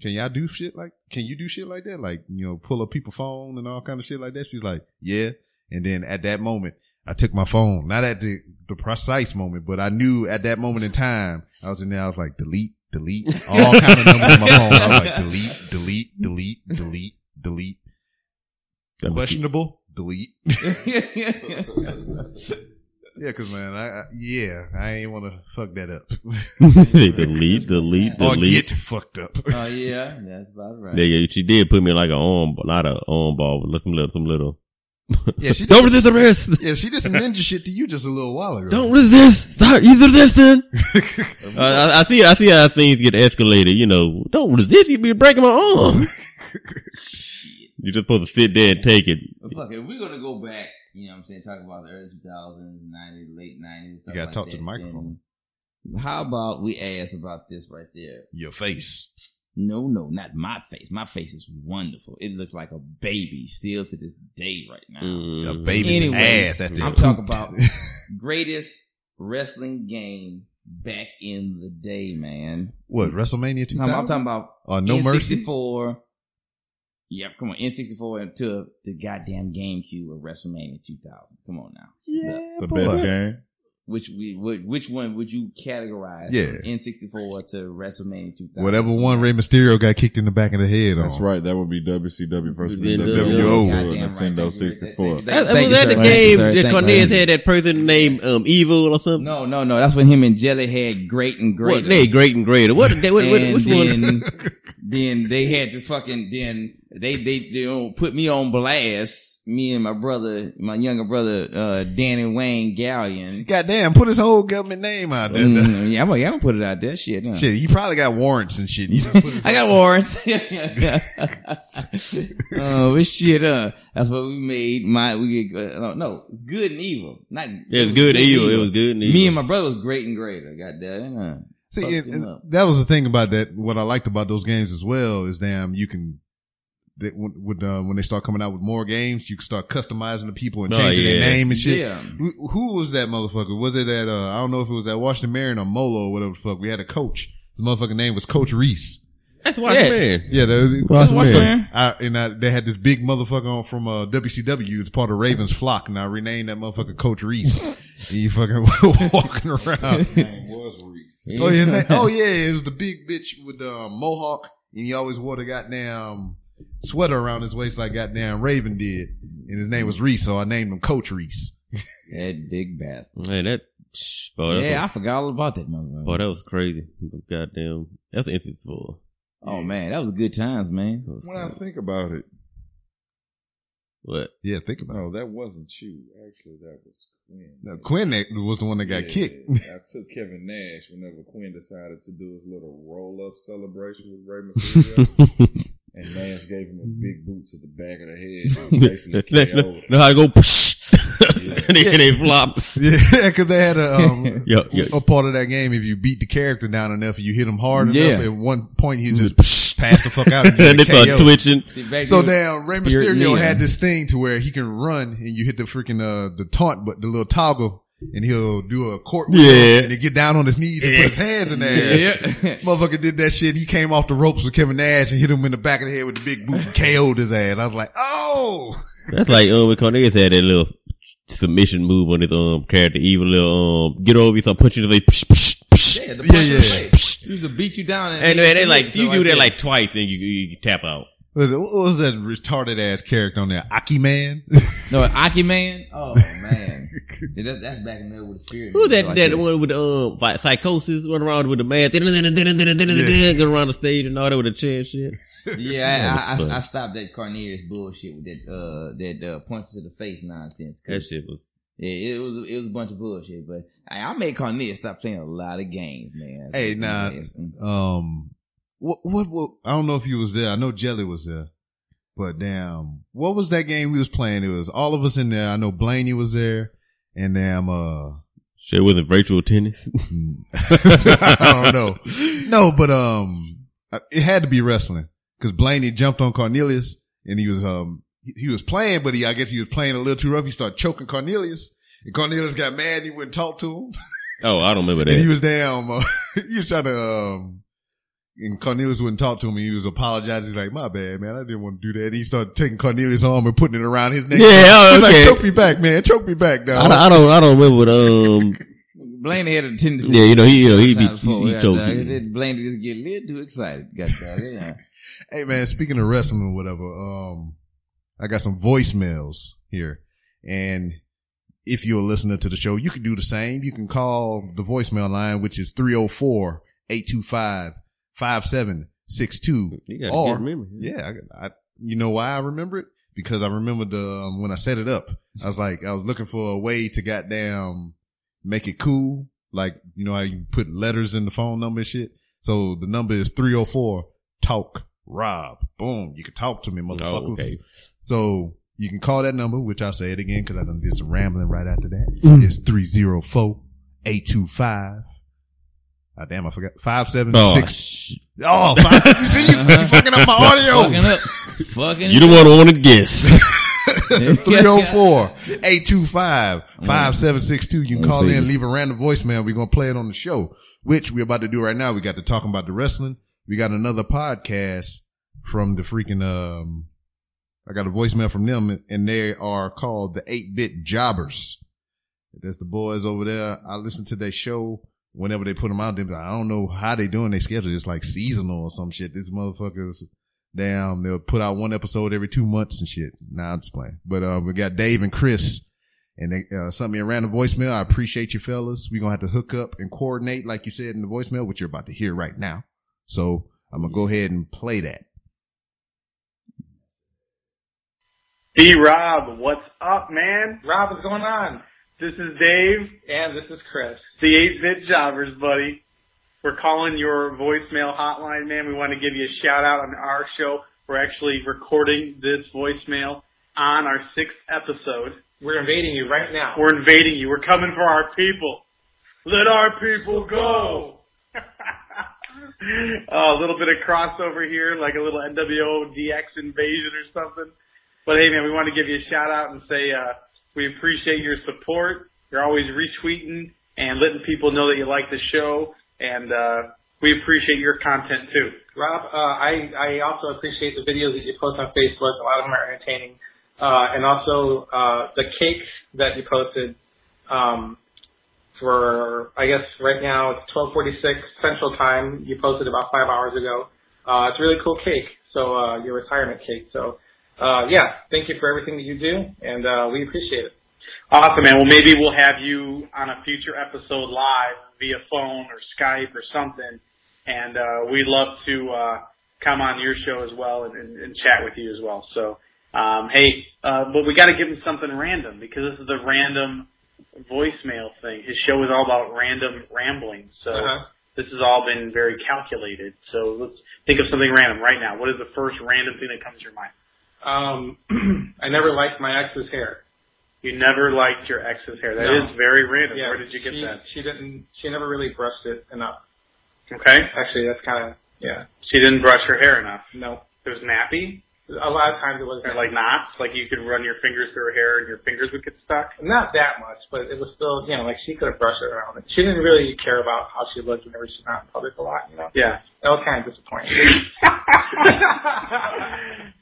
Speaker 2: can y'all do shit like? Can you do shit like that? Like you know, pull up people phone and all kind of shit like that. She's like, yeah. And then at that moment, I took my phone. Not at the the precise moment, but I knew at that moment in time, I was in there. I was like, delete, delete, all kind of numbers on my phone. I was like, delete, delete, delete, delete, delete. Questionable, delete. Yeah, cause man, I, I yeah, I ain't want to fuck that up
Speaker 4: delete, delete,
Speaker 2: or
Speaker 4: delete.
Speaker 2: get fucked up.
Speaker 5: Oh yeah, that's about right.
Speaker 4: Yeah, yeah, she did put me in like an arm, not an arm ball, but some little, some little.
Speaker 2: Yeah, she
Speaker 4: Don't
Speaker 2: did,
Speaker 4: resist arrest.
Speaker 2: yeah, she did some ninja shit to you just a little while ago.
Speaker 4: Don't resist. Stop. He's resisting. uh, I, I see. I see how things get escalated. You know, don't resist. You'd be breaking my arm. You're just supposed to sit there and take it.
Speaker 2: Oh,
Speaker 5: But fuck it, if we're gonna go back, you know what I'm saying, talk about the early 2000s, 90s, late 90s. stuff
Speaker 2: gotta
Speaker 5: like
Speaker 2: talk to
Speaker 5: that,
Speaker 2: the microphone.
Speaker 5: then How about we ask about this right there?
Speaker 2: your face.
Speaker 5: No, no, not my face. My face is wonderful. It looks like a baby still to this day right now.
Speaker 2: A
Speaker 4: Mm.
Speaker 2: baby's
Speaker 5: Anyway,
Speaker 2: ass after
Speaker 5: I'm
Speaker 2: it
Speaker 5: talking
Speaker 2: pooped.
Speaker 5: about greatest wrestling game back in the day, man.
Speaker 2: what WrestleMania two
Speaker 5: I'm, I'm
Speaker 2: thousand
Speaker 5: talking about
Speaker 2: or No Mercy.
Speaker 5: N64. Yeah, come on, N64 and to the goddamn GameCube or WrestleMania 2000. Come on now.
Speaker 2: Yeah,
Speaker 3: The
Speaker 2: boy.
Speaker 3: best game.
Speaker 5: Which we would, which one would you categorize?
Speaker 2: Yeah.
Speaker 5: N64 to WrestleMania 2000.
Speaker 2: Whatever one Rey Mysterio got kicked in the back of the head
Speaker 3: That's
Speaker 2: on.
Speaker 3: right. That would be WCW versus
Speaker 4: The
Speaker 3: WWO
Speaker 5: Goddamn right.
Speaker 3: Nintendo 64.
Speaker 4: That, that
Speaker 5: Thank
Speaker 4: was
Speaker 5: you,
Speaker 4: that
Speaker 5: sir.
Speaker 4: the
Speaker 5: Thank you,
Speaker 4: game
Speaker 5: sir.
Speaker 4: that
Speaker 5: Thank you.
Speaker 4: Cornelius had that person named um, Evil or something?
Speaker 5: No, no, no. That's when him and Jelly had great and great.
Speaker 4: What, they great and greater. What, they, what, what
Speaker 5: and
Speaker 4: which one?
Speaker 5: then, then they had to fucking then they they they don't put me on blast. Me and my brother, my younger brother, uh, Danny Wayne Gallion.
Speaker 2: Goddamn, put his whole government name out there.
Speaker 5: Mm, yeah, I'm gonna, yeah, I'm gonna put it out there. Shit, huh?
Speaker 2: Shit, you probably got warrants and shit. You just put it-
Speaker 5: I got warrants. Oh, but shit, uh, that's what we made. My, we get, uh, no, no, it's good and evil. Not,
Speaker 4: It was good and evil. It was good and evil.
Speaker 5: Me and my brother was great and greater. God damn it. Uh,
Speaker 2: See,
Speaker 5: fucked
Speaker 2: and,
Speaker 5: him
Speaker 2: and
Speaker 5: up.
Speaker 2: that was the thing about that. What I liked about those games as well is, damn, you can. That when, with, uh, when they start coming out with more games, you can start customizing the people and
Speaker 4: Oh,
Speaker 2: changing their
Speaker 4: yeah.
Speaker 2: name and shit.
Speaker 5: Yeah.
Speaker 2: Who who was that motherfucker? Was it at uh, I don't know if it was at Washington Marion or Molo or whatever the fuck. We had a coach. His motherfucking name was Coach Reese.
Speaker 4: That's
Speaker 5: Yeah.
Speaker 4: Watchmen.
Speaker 2: Yeah, that was,
Speaker 4: Watchmen.
Speaker 5: Watchmen.
Speaker 2: I, and I, they had this big motherfucker on from uh, WCW. It's part of Ravens flock, and I renamed that motherfucker Coach Reese. and he fucking walking around.
Speaker 3: His name was Reese.
Speaker 2: Oh, his name, oh yeah, it was the big bitch with the uh, mohawk, and he always wore the goddamn sweater around his waist like goddamn Raven did. And his name was Reese, so I named him Coach Reese.
Speaker 5: That big bastard.
Speaker 4: Man, that, shh, boy, that,
Speaker 5: Yeah,
Speaker 4: was,
Speaker 5: I forgot all about that motherfucker.
Speaker 4: boy, Oh, that was crazy. Goddamn. That's an instance for.
Speaker 5: oh man, that was good times, man.
Speaker 3: When I think about it,
Speaker 4: What?
Speaker 2: Yeah, think about it.
Speaker 3: no, that wasn't you. Actually, that was Quinn.
Speaker 2: Now, Quinn that- was the one that got
Speaker 3: Yeah,
Speaker 2: kicked.
Speaker 3: I took Kevin Nash whenever Quinn decided to do his little roll up celebration with Ray Mysterio, and Nash gave him a big boot to the back of the head, and basically KO'd him.
Speaker 4: know how to go, and they, they flop.
Speaker 2: Yeah, because they had a um,
Speaker 4: Yo, yo.
Speaker 2: a part of that game. If you beat the character down enough, you hit him hard
Speaker 5: Yeah.
Speaker 2: enough. At one point, he just passed the fuck out and,
Speaker 4: and they
Speaker 2: did a
Speaker 4: start
Speaker 2: KO.
Speaker 4: twitching.
Speaker 5: See, back
Speaker 2: So
Speaker 5: then-
Speaker 2: damn, Rey
Speaker 5: Spirit
Speaker 2: Mysterio
Speaker 5: Leader.
Speaker 2: had this thing to where he can run and you hit the freaking uh the taunt, but the little toggle, and he'll do a court
Speaker 4: Yeah.
Speaker 2: and he get down on his knees and put his hands in there.
Speaker 5: Yeah.
Speaker 2: Motherfucker did that shit. He came off the ropes with Kevin Nash and hit him in the back of the head with the big boot and KO'd his ass. I was like, oh,
Speaker 4: That's like um, when Cornelius had that little submission move on his um character, even little um get over, you start punching his psh, psh, psh.
Speaker 5: Yeah, the
Speaker 2: Yeah,
Speaker 5: punch in
Speaker 2: yeah.
Speaker 5: the face. He used to beat you down. And,
Speaker 4: And man, they like
Speaker 5: So
Speaker 4: you do that
Speaker 5: that.
Speaker 4: like twice, and you you, you tap out.
Speaker 2: what was, it, what was that retarded ass character on there? Aki Man.
Speaker 5: no Aki Man. Oh man, Dude, that, that's back in there with the spirit.
Speaker 4: Who was that
Speaker 5: Like
Speaker 4: that
Speaker 5: this.
Speaker 4: one with the um phy- psychosis running around with the mask, going around the stage and all that with the chair and shit.
Speaker 5: Yeah, I, I,
Speaker 4: Motherfucker.
Speaker 5: I, I stopped that Carnier's bullshit with that uh that uh, punch to the face nonsense. 'cause-
Speaker 4: That shit was
Speaker 5: Yeah, it was it was a bunch of bullshit. But I, I made Carnier stop playing a lot of games, man.
Speaker 2: Hey, nah.
Speaker 5: Mm.
Speaker 2: um, what, what, what, I don't know if you was there. I know Jelly was there, but damn, what was that game we was playing? It was all of us in there. I know Blaney was there and damn, uh,
Speaker 4: shit wasn't virtual tennis.
Speaker 2: I don't know. No, but, um, it had to be wrestling because Blaney jumped on Cornelius and he was, um, he, he was playing, but he, I guess he was playing a little too rough. He started choking Cornelius and Cornelius got mad. He wouldn't talk to him.
Speaker 4: Oh, I don't remember
Speaker 2: And he
Speaker 4: that.
Speaker 2: was down. Uh, he was trying to, um, and Cornelius wouldn't talk to him. He was apologizing. He's like, my bad, man. I didn't want to do that. And he started taking Cornelius' arm and putting it around his neck.
Speaker 4: Yeah, oh,
Speaker 2: He's
Speaker 4: okay.
Speaker 2: like, choke me back, man. Choke me back,
Speaker 4: I, don't-
Speaker 2: dog.
Speaker 4: I don't I don't remember what um
Speaker 5: Blaney had a tendency.
Speaker 4: yeah you know he you know, he be,
Speaker 5: Sometimes
Speaker 4: he,
Speaker 5: before,
Speaker 4: he
Speaker 5: yeah,
Speaker 4: choked.
Speaker 5: dog, it
Speaker 4: you.
Speaker 5: did- Blaney just get a little too excited. God dog, yeah.
Speaker 2: Hey, man, speaking of wrestling or whatever, um, I got some voicemails here. And if you're a listener to the show, you can do the same. You can call the voicemail line, which is 304 825 5762.
Speaker 4: You gotta
Speaker 2: Or-
Speaker 4: get remember.
Speaker 2: Yeah, I, I you know why I remember it because I remember the um, when I set it up. I was like, I was looking for a way to goddamn make it cool, like you know how you put letters in the phone number and shit. So the number is three zero four talk Rob. Boom, you can talk to me, motherfuckers.
Speaker 4: Oh, okay.
Speaker 2: So you can call that number, which I'll say it again because I done did some rambling right after that. It's 304 825. Ah, damn, I forgot. Five seven
Speaker 4: Oh,
Speaker 2: six.
Speaker 4: sh-
Speaker 2: Oh, five, you see, you, you fucking up my audio.
Speaker 5: fucking up, fucking.
Speaker 4: you the one who wanted to guess.
Speaker 2: 304-825-5762. You can call in, leave a random voicemail. We're going to play it on the show, which we're about to do right now. We got to talking about the wrestling. We got another podcast from the freaking, um, I got a voicemail from them and they are called the 8-bit jobbers. That's the boys over there. I listen to their show whenever they put them out. They be like, I don't know how they doing their schedule. It's like seasonal or some shit. These motherfuckers, damn, they'll put out one episode every two months and shit. Nah, I'm just playing. But uh, we got Dave and Chris, and they uh, sent me a random voicemail. I appreciate you fellas. We're gonna have to hook up and coordinate, like you said in the voicemail, which you're about to hear right now. So I'm gonna go ahead and play that.
Speaker 6: D Rob, what's up, man?
Speaker 7: Rob, what's going on?
Speaker 6: This is Dave,
Speaker 7: And this is Chris.
Speaker 6: the 8 bit jobbers, buddy. We're calling your voicemail hotline, man. We want to give you a shout out on our show. We're actually recording this voicemail on our sixth episode.
Speaker 7: We're invading you right now.
Speaker 6: We're invading you. We're coming for our people. Let our people go. Oh, a little bit of crossover here, like a little NWO DX invasion or something. But hey, man, we want to give you a shout out and say uh, we appreciate your support. You're always retweeting and letting people know that you like the show, and uh, we appreciate your content too.
Speaker 7: Rob, uh, I, I also appreciate the videos that you post on Facebook. A lot of them are entertaining. Uh, and also uh, the cake that you posted um, for, I guess right now it's 1246 Central Time. You posted about five hours ago. Uh, it's a really cool cake. So uh, your retirement cake. So uh, yeah, thank you for everything that you do, and uh, we appreciate it.
Speaker 6: Awesome, man. Well, maybe we'll have you on a future episode live via phone or Skype or something. And uh, we'd love to uh, come on your show as well and, and, and chat with you as well. So, um, hey, uh, but we got to give him something random because this is the random voicemail thing. His show is all about random rambling. So
Speaker 7: Uh-huh.
Speaker 6: this has all been very calculated. So let's think of something random right now. What is the first random thing that comes to your mind?
Speaker 7: Um, I never liked my ex's hair.
Speaker 6: You never liked your ex's hair. That
Speaker 7: No.
Speaker 6: is very random.
Speaker 7: Yeah,
Speaker 6: Where did you get
Speaker 7: she,
Speaker 6: that?
Speaker 7: She didn't. She never really brushed it enough.
Speaker 6: Okay.
Speaker 7: Actually, that's kind of yeah.
Speaker 6: She didn't brush her hair enough.
Speaker 7: No,
Speaker 6: It was nappy,
Speaker 7: a lot of times it was
Speaker 6: or like knots, like you could run your fingers through her hair and your fingers would get stuck.
Speaker 7: not that much, but it was still you know like she could have brushed it around. She didn't really care about how she looked whenever she's not in public a lot. You know,
Speaker 6: Yeah.
Speaker 7: that was kind of disappointing.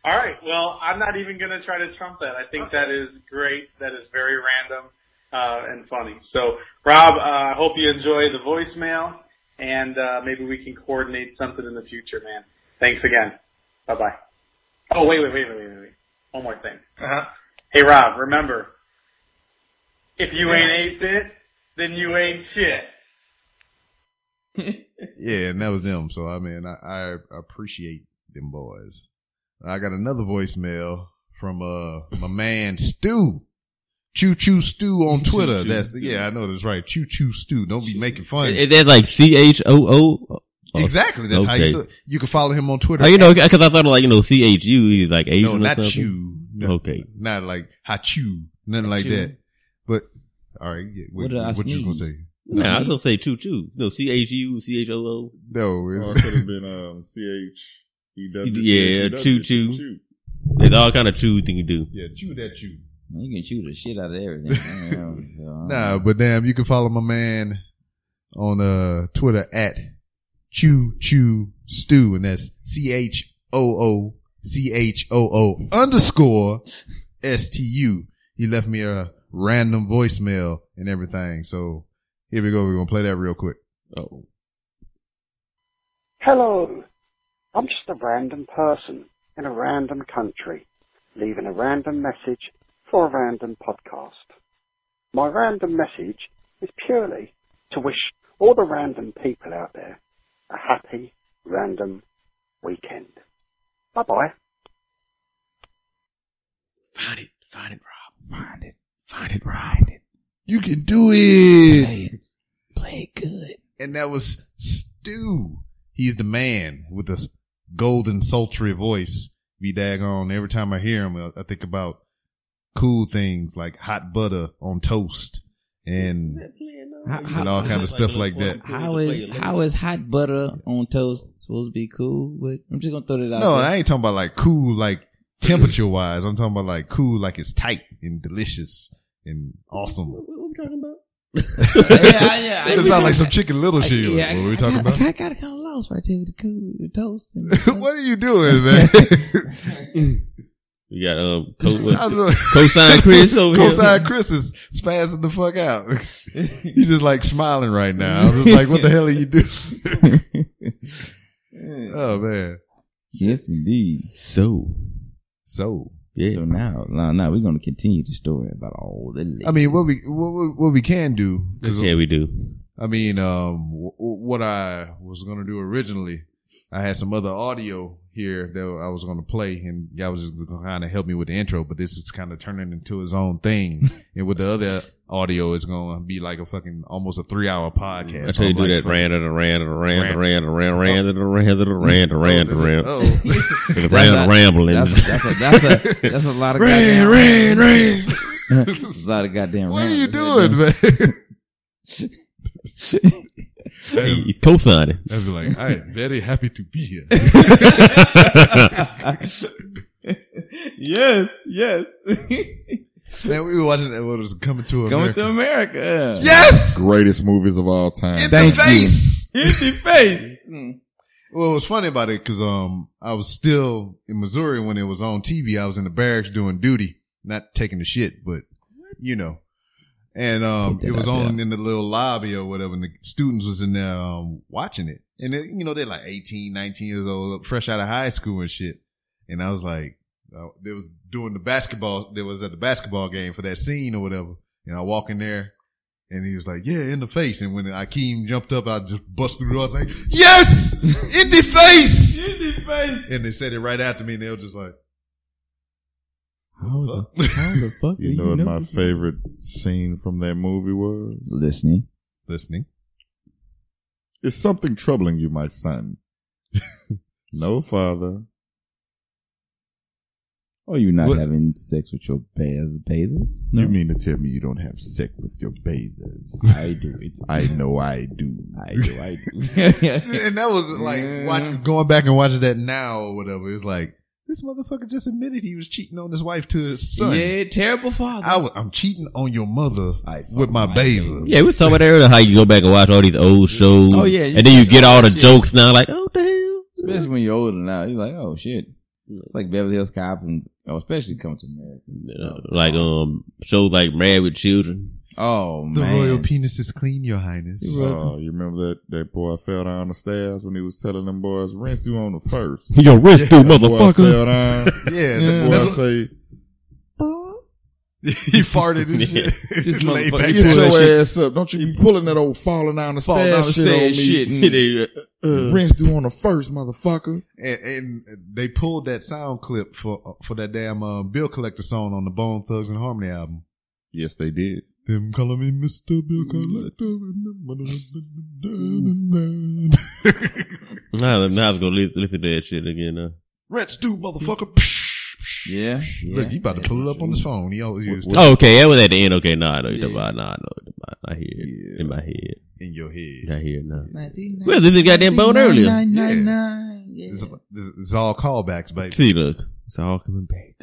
Speaker 6: All right. Well, I'm not even going to try to trump that. I think that is great. That is very random uh, and funny. So, Rob, uh, I hope you enjoy the voicemail, and uh, maybe we can coordinate something in the future, man. Thanks again. Bye bye. Oh, wait, wait, wait, wait, wait, wait. One more thing.
Speaker 7: Uh-huh.
Speaker 6: Hey Rob, remember, if you ain't eight bit, then you ain't shit.
Speaker 2: Yeah, and that was them. So I mean, I, I appreciate them boys. I got another voicemail from uh my man Stu, Choo Choo Stu on Twitter.
Speaker 3: Choo Choo
Speaker 2: That's
Speaker 3: Stu.
Speaker 2: yeah, I know that's right. Choo Choo Stu. Don't be making fun.
Speaker 4: Is that like C H O O?
Speaker 2: exactly. That's how
Speaker 4: okay.
Speaker 2: you. So you can follow him on Twitter.
Speaker 4: Oh, you know, because I thought like you know C H U is like Asian
Speaker 2: no,
Speaker 4: or
Speaker 2: not
Speaker 4: something.
Speaker 2: Chew. No,
Speaker 4: Okay.
Speaker 2: not like Hachu, nothing like
Speaker 5: Hachu.
Speaker 2: that. But all right, yeah,
Speaker 5: What
Speaker 2: what,
Speaker 5: did I
Speaker 2: what, you gonna
Speaker 5: sneeze?
Speaker 2: say?
Speaker 4: Nah, I was gonna say choo choo. No, C H U, C H O O.
Speaker 2: No, it's
Speaker 3: Or it could have been um, E CH.
Speaker 4: Yeah, choo choo. There's all kind of choo thing you do.
Speaker 2: yeah, chew that chew.
Speaker 5: Man, you can chew the shit out of everything. I don't know, so, uh, I
Speaker 2: Nah, but damn, you can follow my man on uh Twitter at Chew Chew Stew, and that's C H O O C H O O underscore S T U. He left me a random voicemail and everything. So here we go. We're gonna play that real quick.
Speaker 4: Oh,
Speaker 8: Hello. I'm just a random person in a random country, leaving a random message for a random podcast. My random message is purely to wish all the random people out there a happy, random weekend. Bye bye.
Speaker 4: find it, find it, Rob, find it, find it, Rob. Find it.
Speaker 2: You can do it.
Speaker 5: Play it good.
Speaker 2: and that was Stu. He's the man with this golden, sultry voice. Be daggone. Every time I hear him, I- I think about cool things like hot butter on toast and
Speaker 5: How,
Speaker 2: and all kind of stuff like that.
Speaker 5: how is how is hot butter on toast supposed to be cool? But I'm just gonna throw that out.
Speaker 2: No,
Speaker 5: there.
Speaker 2: I ain't talking about like cool, like temperature wise. I'm talking about like cool, like it's tight and delicious and awesome.
Speaker 4: What we talking about?
Speaker 5: yeah, yeah, I-
Speaker 2: It sounds like some chicken little
Speaker 5: I-
Speaker 2: shit.
Speaker 5: yeah,
Speaker 2: Like, what are we talking
Speaker 5: I got,
Speaker 2: about?
Speaker 5: I got, kind of lost right there with the cool the toast. And
Speaker 2: what are you doing, man?
Speaker 4: We got um co-
Speaker 2: I don't know.
Speaker 4: cosine Chris over here.
Speaker 2: Cosine Chris is spazzing the fuck out. He's just like smiling right now. I'm just like, what the hell are you doing? oh man.
Speaker 5: yes, indeed.
Speaker 4: So
Speaker 2: So
Speaker 4: yeah,
Speaker 5: So now, now, now we're gonna continue the story about all the.
Speaker 2: I mean, what we what we- what we can do? 'cause,
Speaker 4: yeah, we do.
Speaker 2: I mean, um, w- what I was gonna do originally I had some other audio here that I was going to play, and y'all was just going to kind of help me with the intro, but this is kind of turning into its own thing. and with the other audio, it's going to be like a fucking almost a three hour podcast.
Speaker 4: I tell you, do that rant and rant and rant and rant and rant rant and rant and rant and rant and rant
Speaker 2: Oh,
Speaker 4: and rambling.
Speaker 5: That's that's a that's a that's a lot of
Speaker 2: ran,
Speaker 5: goddamn,
Speaker 2: ran, ran.
Speaker 5: that's a lot of goddamn.
Speaker 2: What are
Speaker 5: rambling.
Speaker 2: you doing, man?
Speaker 4: He's co-signing.
Speaker 2: I was like, I am very happy to be here.
Speaker 5: yes, yes.
Speaker 2: Man, we were watching that what was coming to America.
Speaker 5: Coming to America.
Speaker 2: Yes!
Speaker 3: Greatest movies of all time.
Speaker 2: In
Speaker 5: Thank
Speaker 2: the
Speaker 5: you.
Speaker 2: face!
Speaker 5: In the face. Mm.
Speaker 2: Well, it was funny about it because um I was still in Missouri when it was on TV. I was in the barracks doing duty, not taking the shit, but you know. And um
Speaker 5: Put that
Speaker 2: it was
Speaker 5: out
Speaker 2: on in the little lobby or whatever, and the students was in there um, watching it. And it, you know they're like 18, 19 years old, fresh out of high school and shit. And I was like, uh, they was doing the basketball. They was at the basketball game for that scene or whatever. And I walk in there, and he was like, "Yeah, in the face." And when Akeem jumped up, I just bust through the door. I was like, "Yes, in the face!"
Speaker 5: In the face.
Speaker 2: And they said it right after me, and they were just like,
Speaker 4: How the, how the fuck
Speaker 3: You know what my favorite scene from that movie was?
Speaker 5: Listening.
Speaker 2: "Listening."
Speaker 3: Is something troubling you, my son? no, father.
Speaker 5: Are you not
Speaker 2: What-
Speaker 5: having sex with your bath- bathers?
Speaker 3: You mean to tell me you don't have sex with your bathers?
Speaker 5: I do it.
Speaker 3: I know I do.
Speaker 5: I do. I do.
Speaker 2: And that was
Speaker 5: Yeah.
Speaker 2: like watch, going back and watching that now or whatever. It's like this motherfucker just admitted he was cheating on his wife to his son.
Speaker 5: yeah, terrible father.
Speaker 2: I was, I'm cheating on your mother
Speaker 4: Oh,
Speaker 5: I
Speaker 2: with my
Speaker 5: fucking-
Speaker 2: baby.
Speaker 4: Yeah, we were talking about earlier how you go back and watch all these old shows.
Speaker 5: Oh, yeah, you
Speaker 4: and then you
Speaker 5: watch
Speaker 4: get
Speaker 5: all
Speaker 4: all the
Speaker 5: that shit.
Speaker 4: jokes now, like, oh, the hell.
Speaker 5: especially when you're older now. You're like, oh shit. It's like Beverly Hills Cop, and oh, especially coming to America.
Speaker 4: Uh, Like, um, shows like Married with Children.
Speaker 5: Oh
Speaker 2: The
Speaker 5: man,
Speaker 2: royal penis is clean, your highness.
Speaker 3: Oh, you remember that, that boy fell down the stairs when he was telling them boys, rent you on the first.
Speaker 4: Your wrist through,
Speaker 3: That boy fell down.
Speaker 2: Yeah,
Speaker 5: Yeah.
Speaker 2: that-
Speaker 3: Boy, I
Speaker 2: that's
Speaker 3: say,
Speaker 2: what, he farted and shit.
Speaker 5: This
Speaker 2: Laid
Speaker 5: motherfucker-
Speaker 2: back
Speaker 3: get
Speaker 5: pull
Speaker 2: down.
Speaker 5: that
Speaker 3: your
Speaker 5: shit-
Speaker 3: ass up. Don't you be pulling that old falling down the
Speaker 5: falling down the
Speaker 3: stairs shit on me.
Speaker 5: stairs, shit.
Speaker 3: Rinse through on the first, motherfucker.
Speaker 2: and, and they pulled that sound clip for for that damn uh, bill collector song on the Bone Thugs and Harmony album.
Speaker 3: Yes, they did.
Speaker 2: Them calling me Mr. Bill Collector. and them mother-
Speaker 4: Now, now I was gonna li- listen to that shit again. Uh,
Speaker 2: Rats do, motherfucker. Psh, psh.
Speaker 5: Yeah,
Speaker 2: Look, he about to pull it up on his phone. He always used
Speaker 4: oh, okay, that was at the end. Okay, nah, I know you're
Speaker 5: Yeah.
Speaker 4: about, nah, I know you're about. I hear it
Speaker 2: Yeah.
Speaker 4: in my head.
Speaker 2: uh, in your
Speaker 4: I
Speaker 2: head.
Speaker 4: hear it now. Well, this is goddamn bone earlier.
Speaker 2: It's, it's- it's all callbacks, baby.
Speaker 4: See, look, it's all coming back.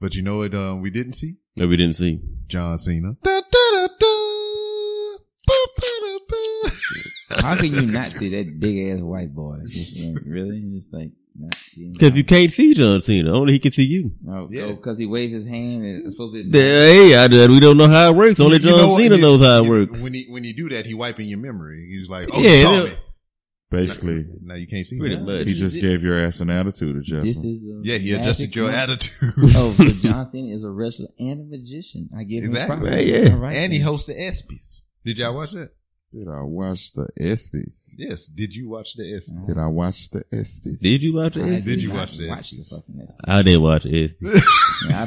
Speaker 2: But you know what? Um, we didn't see
Speaker 4: No, we didn't see.
Speaker 2: John Cena. Da, da, da, da. Ba, ba, da, ba.
Speaker 5: How can you not see that big ass white boy? It's just like, really? It's like not seeing
Speaker 4: Because you can't see John Cena. Only he can see you.
Speaker 5: No,
Speaker 2: Yeah.
Speaker 5: because he waved his hand and it's supposed to.
Speaker 4: The- Hey, I, we don't know how it works. Only
Speaker 2: You- you
Speaker 4: John
Speaker 2: know what?
Speaker 4: Cena
Speaker 2: You-
Speaker 4: knows how it
Speaker 2: you-
Speaker 4: works.
Speaker 2: When he when you do that, he wiping your memory. He's like, oh,
Speaker 4: Yeah,
Speaker 2: you saw
Speaker 4: it-
Speaker 2: me.
Speaker 3: Basically,
Speaker 2: Now you can't see
Speaker 4: Pretty
Speaker 2: that.
Speaker 4: much.
Speaker 3: he just gave your ass an attitude
Speaker 4: uh,
Speaker 3: adjustment.
Speaker 5: This is a
Speaker 2: Yeah, he
Speaker 5: magic
Speaker 2: adjusted your
Speaker 5: moment.
Speaker 2: attitude.
Speaker 5: Oh, so Johnson is a wrestler and a magician. I give
Speaker 2: Exactly.
Speaker 5: him props.
Speaker 4: Yeah, yeah.
Speaker 5: All right,
Speaker 2: and he
Speaker 5: then.
Speaker 2: hosted ESPYs. Did y'all watch that?
Speaker 3: Did I watch the ESPYs?
Speaker 2: Yes. Did you watch the ESPYs?
Speaker 3: Did I watch the ESPYs?
Speaker 4: Did you watch
Speaker 5: I
Speaker 4: it?
Speaker 2: Did you
Speaker 5: not
Speaker 2: watch this?
Speaker 5: Watch the fucking
Speaker 4: I didn't watch it.
Speaker 5: I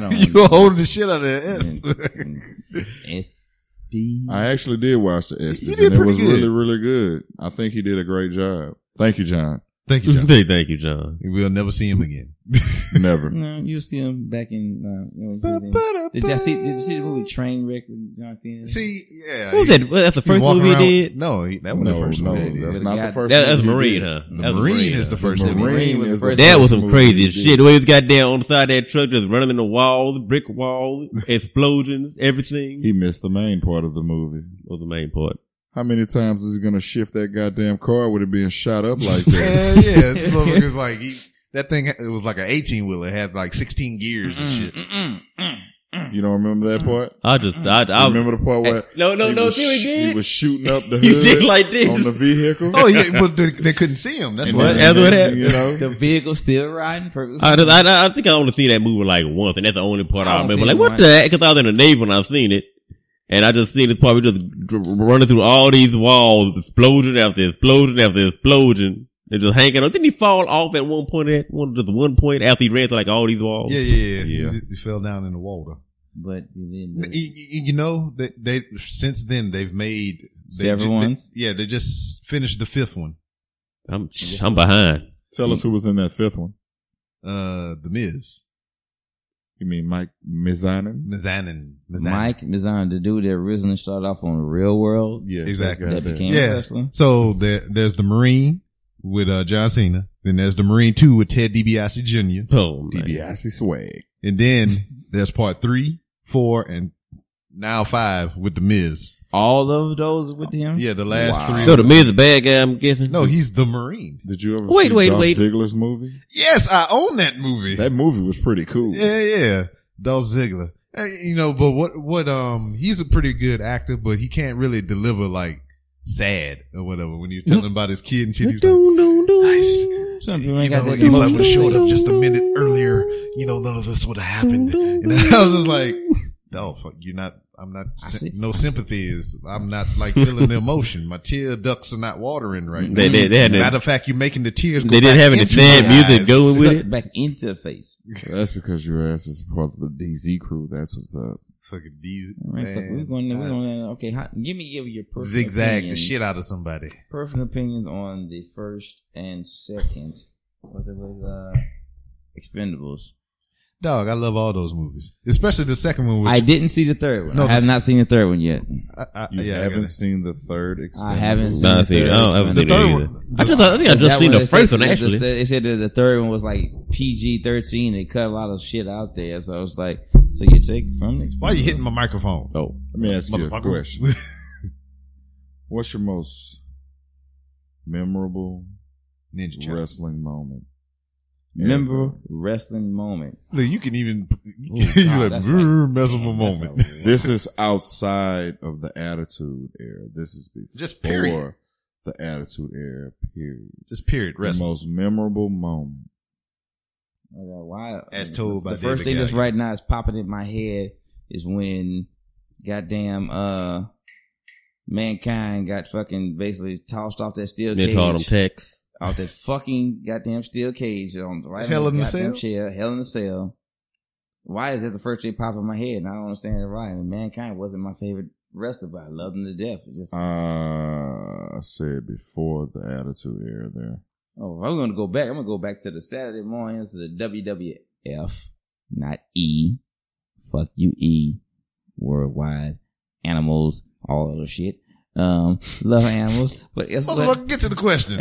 Speaker 5: don't.
Speaker 2: you were holding the shit out of that
Speaker 5: Mm-hmm.
Speaker 2: S.
Speaker 5: SB.
Speaker 3: I actually did watch the ESPYs,
Speaker 2: did
Speaker 3: and it
Speaker 2: pretty
Speaker 3: was
Speaker 2: good.
Speaker 3: really, really good. I think he did a great job. Thank you, John.
Speaker 2: Thank you, John.
Speaker 4: Thank, thank you, John.
Speaker 2: We'll never see him again.
Speaker 3: Never.
Speaker 5: No, you'll see him back in. Uh, you know, when he was in- Did you see? Did you see the movie Trainwreck with John Cena?
Speaker 2: See, yeah.
Speaker 4: What was
Speaker 2: he-
Speaker 4: that? Well, that's the
Speaker 2: he
Speaker 4: first
Speaker 2: walking
Speaker 4: movie he
Speaker 2: around-
Speaker 4: did.
Speaker 2: No, he, that was
Speaker 3: no,
Speaker 2: the first
Speaker 3: no,
Speaker 2: movie. he did.
Speaker 3: that's
Speaker 5: But
Speaker 3: not
Speaker 5: God-
Speaker 3: the first.
Speaker 4: That, that's
Speaker 3: movie he
Speaker 4: Marine,
Speaker 3: did.
Speaker 4: huh?
Speaker 2: The
Speaker 4: That was
Speaker 2: Marine
Speaker 4: Marine,
Speaker 2: is
Speaker 4: huh?
Speaker 2: the first
Speaker 3: Marine,
Speaker 2: movie.
Speaker 5: was
Speaker 3: is
Speaker 5: the first
Speaker 4: That was
Speaker 3: first
Speaker 4: some
Speaker 3: movie
Speaker 4: crazy
Speaker 3: he
Speaker 4: as
Speaker 3: did.
Speaker 4: shit. The way this goddamn on the side of that truck, just running in the wall, the brick wall, explosions, everything.
Speaker 3: He missed the main part of the movie.
Speaker 4: was the main part.
Speaker 3: How many times is he gonna shift that goddamn car with it being shot up like that?
Speaker 2: Hell yeah. This motherfucker's like, he, that thing, it was like an 18 wheeler. It had like 16 gears
Speaker 5: Mm,
Speaker 2: and shit.
Speaker 3: you don't remember that part?
Speaker 4: I just, I, I
Speaker 3: remember the part where
Speaker 4: No, no,
Speaker 3: he
Speaker 4: no.
Speaker 3: was
Speaker 4: See what
Speaker 3: sh-
Speaker 4: he did?
Speaker 3: He was shooting up the
Speaker 4: He did
Speaker 3: hood
Speaker 4: like this.
Speaker 3: on the vehicle.
Speaker 2: Oh, yeah, but they, they couldn't see him. That's
Speaker 3: And
Speaker 2: why.
Speaker 4: What?
Speaker 3: then,
Speaker 4: That's what happened.
Speaker 3: You know,
Speaker 5: The vehicle still riding perfectly.
Speaker 4: I, just, I, I think I only seen that movie like once, and that's the only part
Speaker 5: I
Speaker 4: I,
Speaker 5: don't
Speaker 4: remember.
Speaker 5: see
Speaker 4: Like,
Speaker 5: it
Speaker 4: what
Speaker 5: once.
Speaker 4: the heck? Because I was in the Navy when I seen it, and I just seen this part. We just dr- running through all these walls, explosion after explosion after explosion. They're just hanging on. Didn't he fall off at one point? At one, just one point after he ran through like all these walls.
Speaker 2: Yeah, yeah, yeah.
Speaker 3: Yeah.
Speaker 2: He, he fell down in the water.
Speaker 5: But then
Speaker 2: Y- y- y- You know that they, since then they've made they
Speaker 5: Several
Speaker 2: ju- they-
Speaker 5: ones?
Speaker 2: yeah, they just finished the fifth one.
Speaker 4: I'm shh, I'm behind.
Speaker 3: Tell us who was in that fifth one.
Speaker 2: Uh, the Miz,
Speaker 3: You mean Mike Mizanin?
Speaker 2: Mizanin, Mizanin.
Speaker 5: Mike Mizan, the dude that originally started off on Real World,
Speaker 3: Yes,
Speaker 2: Exactly.
Speaker 3: that guy
Speaker 5: that
Speaker 3: there.
Speaker 5: became
Speaker 2: Yeah.
Speaker 5: wrestling.
Speaker 2: So there, there's the Marine with uh, John Cena. Then there's the Marine Two with Ted DiBiase Jr.
Speaker 4: Oh, man.
Speaker 3: DiBiase swag.
Speaker 2: And then there's Part Three, Four, and now Five with the Miz.
Speaker 5: All of those with him.
Speaker 2: Yeah, the last
Speaker 5: Wow.
Speaker 2: three.
Speaker 4: So the Miz a bad guy. I'm guessing.
Speaker 2: no, he's the Marine.
Speaker 3: Did you ever
Speaker 4: Wait,
Speaker 3: see
Speaker 4: wait,
Speaker 3: Dolph
Speaker 4: wait.
Speaker 3: Ziggler's movie?
Speaker 2: Yes, I own that movie.
Speaker 3: That movie was pretty cool.
Speaker 2: Yeah, yeah. Dolph Ziggler. Uh, You know, but what, what, um, he's a pretty good actor, but he can't really deliver like sad or whatever. When you're telling him about his kid and shit, he's like,
Speaker 4: Dun, dun, dun.
Speaker 2: "Nice.
Speaker 5: Some people
Speaker 2: you
Speaker 5: ain't got
Speaker 2: know,
Speaker 5: that
Speaker 2: if I
Speaker 5: emotion.
Speaker 2: would have showed up just a minute earlier, you know, none of this would have happened. And I was just like, Dolph, you're not, I'm not,
Speaker 5: I see.
Speaker 2: no sympathy is, I'm not like feeling the emotion. My tear ducts are not watering right now.
Speaker 4: They, they, they had
Speaker 2: Matter
Speaker 4: that.
Speaker 2: of fact, you're making the tears. go
Speaker 4: They didn't
Speaker 2: back
Speaker 4: have any
Speaker 2: into
Speaker 4: sad
Speaker 2: my
Speaker 4: music
Speaker 2: eyes.
Speaker 4: going with it.
Speaker 5: Sucked back into the face.
Speaker 3: That's because your ass is part of the DZ crew. That's what's up.
Speaker 2: Fucking these,
Speaker 5: All right, fuck, we're
Speaker 2: man.
Speaker 5: going. To, we're
Speaker 2: I-
Speaker 5: going to, okay, how, give me give your personal
Speaker 2: zigzag the
Speaker 5: opinions,
Speaker 2: shit out of somebody.
Speaker 5: Personal opinions on the first and second. What it was uh, Expendables.
Speaker 2: Dog, I love all those movies, especially the second one. Which
Speaker 5: I didn't see the third one.
Speaker 2: No,
Speaker 5: I have not seen the third one yet.
Speaker 2: I, I,
Speaker 3: You
Speaker 2: yeah, I
Speaker 3: haven't
Speaker 2: gotta-
Speaker 3: seen the third Expendables?
Speaker 5: I haven't seen
Speaker 4: Nah, I
Speaker 5: the
Speaker 4: think-
Speaker 5: third.
Speaker 4: I don't- I haven't seen
Speaker 5: one.
Speaker 2: the
Speaker 4: it either.
Speaker 2: third one.
Speaker 4: I just, I think I
Speaker 5: That
Speaker 4: just seen
Speaker 5: one,
Speaker 4: the
Speaker 5: they
Speaker 4: first
Speaker 5: said-
Speaker 4: one
Speaker 5: they just
Speaker 4: actually.
Speaker 5: said- They said that the third one was like PG thirteen. They cut a lot of shit out there, so I was like, so you take from the
Speaker 2: Why are you hitting my microphone?
Speaker 5: Oh,
Speaker 3: Let me ask you a
Speaker 2: Motherfucker.
Speaker 3: question. What's your most memorable
Speaker 2: Ninja Turtle.
Speaker 3: wrestling moment?
Speaker 5: remember wrestling moment.
Speaker 2: Look, you can even you
Speaker 5: Ooh,
Speaker 2: can- you
Speaker 5: God,
Speaker 2: like,
Speaker 5: that's
Speaker 2: "Brr, miserable
Speaker 5: Damn, that's
Speaker 2: moment.
Speaker 5: a-
Speaker 3: This is outside of the Attitude Era. This is before
Speaker 2: Just period.
Speaker 3: the Attitude Era. Period.
Speaker 2: Just period.
Speaker 3: The
Speaker 2: Wrestling.
Speaker 3: most memorable moment.
Speaker 5: I got wild.
Speaker 2: As
Speaker 5: I mean,
Speaker 2: told by
Speaker 5: the first
Speaker 2: David
Speaker 5: thing that's
Speaker 2: Gallion.
Speaker 5: right now is popping in my head is when goddamn uh mankind got fucking basically tossed off that steel
Speaker 4: They
Speaker 5: cage.
Speaker 4: called him Tex.
Speaker 5: off that fucking goddamn steel cage on the right
Speaker 2: Hell
Speaker 5: on
Speaker 2: in
Speaker 5: the
Speaker 2: a
Speaker 5: goddamn
Speaker 2: cell?
Speaker 5: chair, hell in the cell. Why is that the first thing popping in my head? And I don't understand it why. And mankind wasn't my favorite wrestler, but I loved him to death. It's just
Speaker 3: Uh, I said before the Attitude Era. There.
Speaker 5: Oh, I'm gonna go back. I'm gonna go back to the Saturday mornings to the WWF, not E. Fuck you, E. Worldwide animals, all of the shit. Um, love animals, but guess what?
Speaker 2: Motherfucker, get to the question.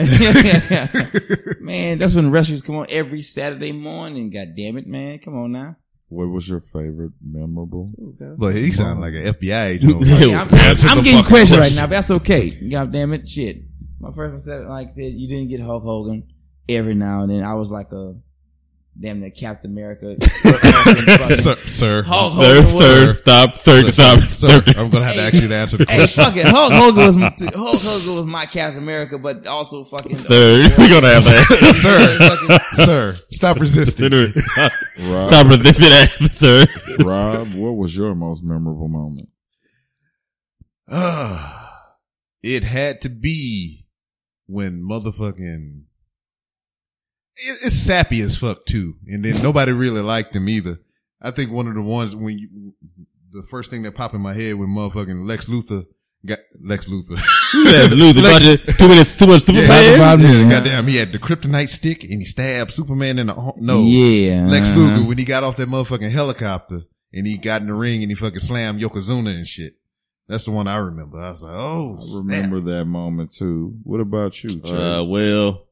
Speaker 5: man, that's when wrestlers come on every Saturday morning. God damn it, man! Come on now.
Speaker 3: What was your favorite memorable?
Speaker 2: Look, he sound like an FBI agent.
Speaker 5: Okay, I'm,
Speaker 4: Answer
Speaker 5: I'm
Speaker 4: the
Speaker 5: getting
Speaker 4: fucking
Speaker 5: questions right
Speaker 4: question.
Speaker 5: now, but that's okay. God damn it, shit. My first one said, like I said, you didn't get Hulk Hogan every now and then. I was like a damn near Captain America.
Speaker 2: sir, sir,
Speaker 5: Hulk
Speaker 4: Sir,
Speaker 5: Hogan
Speaker 4: sir, stop, sir, stop,
Speaker 2: sir,
Speaker 4: sir.
Speaker 2: I'm gonna have to ask you to answer the
Speaker 5: Hey,
Speaker 2: question.
Speaker 5: fuck it. Hulk Hogan was my, Hulk Hogan was my Captain America, but also fucking uh,
Speaker 4: Sir, we're gonna have that.
Speaker 5: Fucking-
Speaker 2: sir, stop resisting.
Speaker 4: Stop-
Speaker 3: Rob,
Speaker 4: Stop resisting that, sir.
Speaker 3: Rob, what was your most memorable moment?
Speaker 2: Ah, it had to be when motherfucking it, it's sappy as fuck too, and then nobody really liked him either. I think one of the ones when you, the first thing that popped in my head when motherfucking Lex Luthor got Lex Luthor.
Speaker 4: Let's lose a bunch of too many, too much
Speaker 2: yeah,
Speaker 4: Superman.
Speaker 2: yeah, goddamn, he had the kryptonite stick and he stabbed Superman in the arm. No,
Speaker 5: Yeah.
Speaker 2: Lex
Speaker 5: uh,
Speaker 2: Luger when he got off that motherfucking helicopter and he got in the ring and he fucking slammed Yokozuna and shit. That's the one I remember. I was like, oh,
Speaker 3: I
Speaker 2: snap.
Speaker 3: remember that moment too. What about you, Chase?
Speaker 4: Uh, well,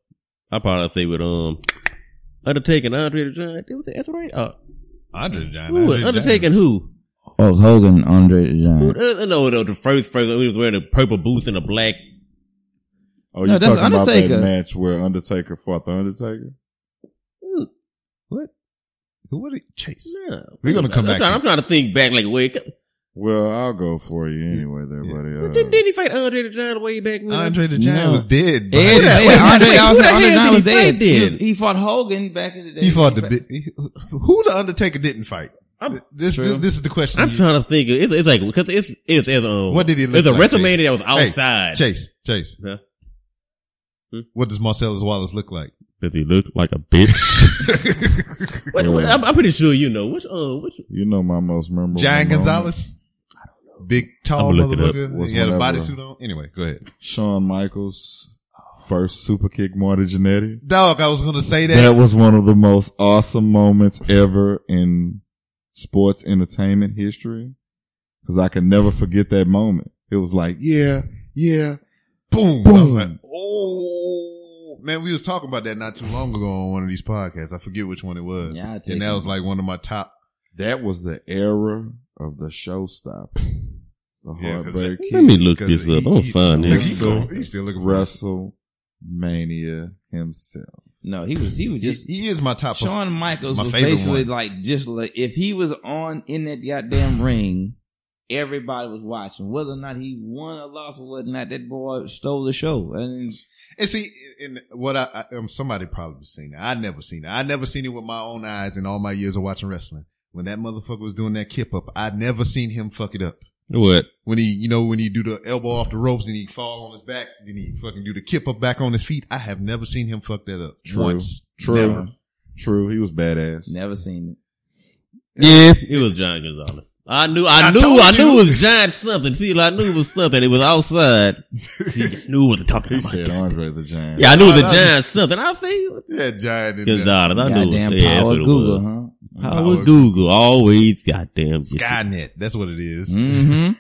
Speaker 4: I probably say with um Undertaker and Andre the Giant. It was that's right. Uh,
Speaker 2: Andre the Giant.
Speaker 4: who was Undertaker and who?
Speaker 5: Hulk Hogan, Andre the
Speaker 4: who
Speaker 5: Giant.
Speaker 4: uh, no, no, the first first he was wearing the purple boots and the black.
Speaker 3: oh,
Speaker 5: no,
Speaker 3: you
Speaker 5: that's
Speaker 3: talking about that
Speaker 5: Undertaker.
Speaker 3: match where Undertaker fought the Undertaker?
Speaker 2: What? Who would it chase?
Speaker 4: No,
Speaker 2: We're gonna come
Speaker 4: I'm
Speaker 2: back
Speaker 4: Trying,
Speaker 2: to-
Speaker 4: I'm trying to think back. Like, wait,
Speaker 3: Well, I'll go for you anyway, there,
Speaker 2: Yeah.
Speaker 4: did
Speaker 3: buddy. Uh,
Speaker 4: did he fight Andre the Giant way back when?
Speaker 2: Andre the Giant
Speaker 5: No.
Speaker 2: was dead. by
Speaker 5: Yeah,
Speaker 2: then.
Speaker 5: yeah,
Speaker 4: wait,
Speaker 5: Andre,
Speaker 4: wait,
Speaker 5: I was
Speaker 4: who the
Speaker 5: Andre the
Speaker 4: hell
Speaker 5: Giant was
Speaker 4: did he
Speaker 5: dead.
Speaker 4: fight
Speaker 5: He, was-
Speaker 4: then?
Speaker 5: he fought Hogan back in the day.
Speaker 2: He fought the big. he- Who the Undertaker didn't fight?
Speaker 4: I'm-
Speaker 2: This this, this is the question.
Speaker 4: I'm
Speaker 2: you-
Speaker 4: trying to think. It's, it's like because it's it's, it's um,
Speaker 2: What did he look
Speaker 4: It's a
Speaker 2: like,
Speaker 4: WrestleMania that was outside.
Speaker 2: Chase, Chase.
Speaker 4: Huh? Hmm?
Speaker 2: What does Marcellus Wallace look like?
Speaker 4: Does he look like a bitch? What- what- I'm, I'm pretty sure you know. Which, uh, which,
Speaker 3: You know my most memorable.
Speaker 2: Giant
Speaker 3: moment.
Speaker 2: Gonzalez? Big, tall
Speaker 4: I'ma look it up.
Speaker 2: motherfucker.
Speaker 3: What's
Speaker 2: He had a
Speaker 3: whatever.
Speaker 2: bodysuit on. Anyway, go ahead.
Speaker 3: Shawn Michaels, first super kick Marty Jannetty.
Speaker 2: Dog, I was going to say
Speaker 3: That
Speaker 2: that.
Speaker 3: was one of the most awesome moments ever in sports entertainment history. Cause I can never forget that moment. It was like, yeah, yeah.
Speaker 2: boom. I was
Speaker 3: Boom.
Speaker 2: like, oh. Man, we was talking about that not too long ago on one of these podcasts. I forget which one it was.
Speaker 5: Yeah, I take
Speaker 2: and that
Speaker 5: it.
Speaker 2: was like one of my top.
Speaker 3: That was the era of the showstopper. The
Speaker 2: Yeah, 'cause
Speaker 3: heartbreak
Speaker 4: let me
Speaker 3: kid.
Speaker 4: look
Speaker 2: Because
Speaker 4: this up.
Speaker 2: he-
Speaker 4: I'm gonna
Speaker 2: he-
Speaker 4: find
Speaker 2: he
Speaker 4: this.
Speaker 2: still- He's still looking
Speaker 3: WrestleMania himself.
Speaker 5: No, he was he was
Speaker 2: He,
Speaker 5: just
Speaker 2: he is my top.
Speaker 5: Shawn Michaels
Speaker 2: my
Speaker 5: was
Speaker 2: favorite
Speaker 5: basically
Speaker 2: one.
Speaker 5: like just like if he was on in that goddamn ring, everybody was watching. Whether or not he won or lost or whatnot, that boy stole the show. And
Speaker 2: And see, and what I, I um, somebody probably seen it. I never seen it. I never seen it with my own eyes in all my years of watching wrestling. When that motherfucker was doing that kip up, I never seen him fuck it up.
Speaker 4: what?
Speaker 2: When he, you know, when he do the elbow off the ropes and he fall on his back, then he fucking do the kip up back on his feet. I have never seen him fuck that up.
Speaker 3: True.
Speaker 2: Once.
Speaker 3: True.
Speaker 2: Never.
Speaker 3: True. He was badass.
Speaker 5: never seen it.
Speaker 4: Yeah, it was John Gonzalez. I knew, I,
Speaker 2: I
Speaker 4: knew,
Speaker 2: told
Speaker 4: I knew
Speaker 2: you.
Speaker 4: it was John something. See, I knew it was something. It was outside. See, I knew it was talking
Speaker 3: He
Speaker 4: about.
Speaker 3: said Andre the Giant.
Speaker 4: Oh Yeah, I knew it was a
Speaker 2: I- I-
Speaker 4: John something. I see
Speaker 2: Yeah, giant. in there.
Speaker 4: Gonzalez. I knew it was
Speaker 5: Goddamn
Speaker 4: yeah, that's
Speaker 5: power
Speaker 4: what it
Speaker 5: Google,
Speaker 4: was.
Speaker 5: huh?
Speaker 4: Power,
Speaker 2: Power
Speaker 4: Google always goddamn gets you.
Speaker 2: Skynet. That's what it
Speaker 4: Mm.
Speaker 2: is.
Speaker 5: Mm-hmm.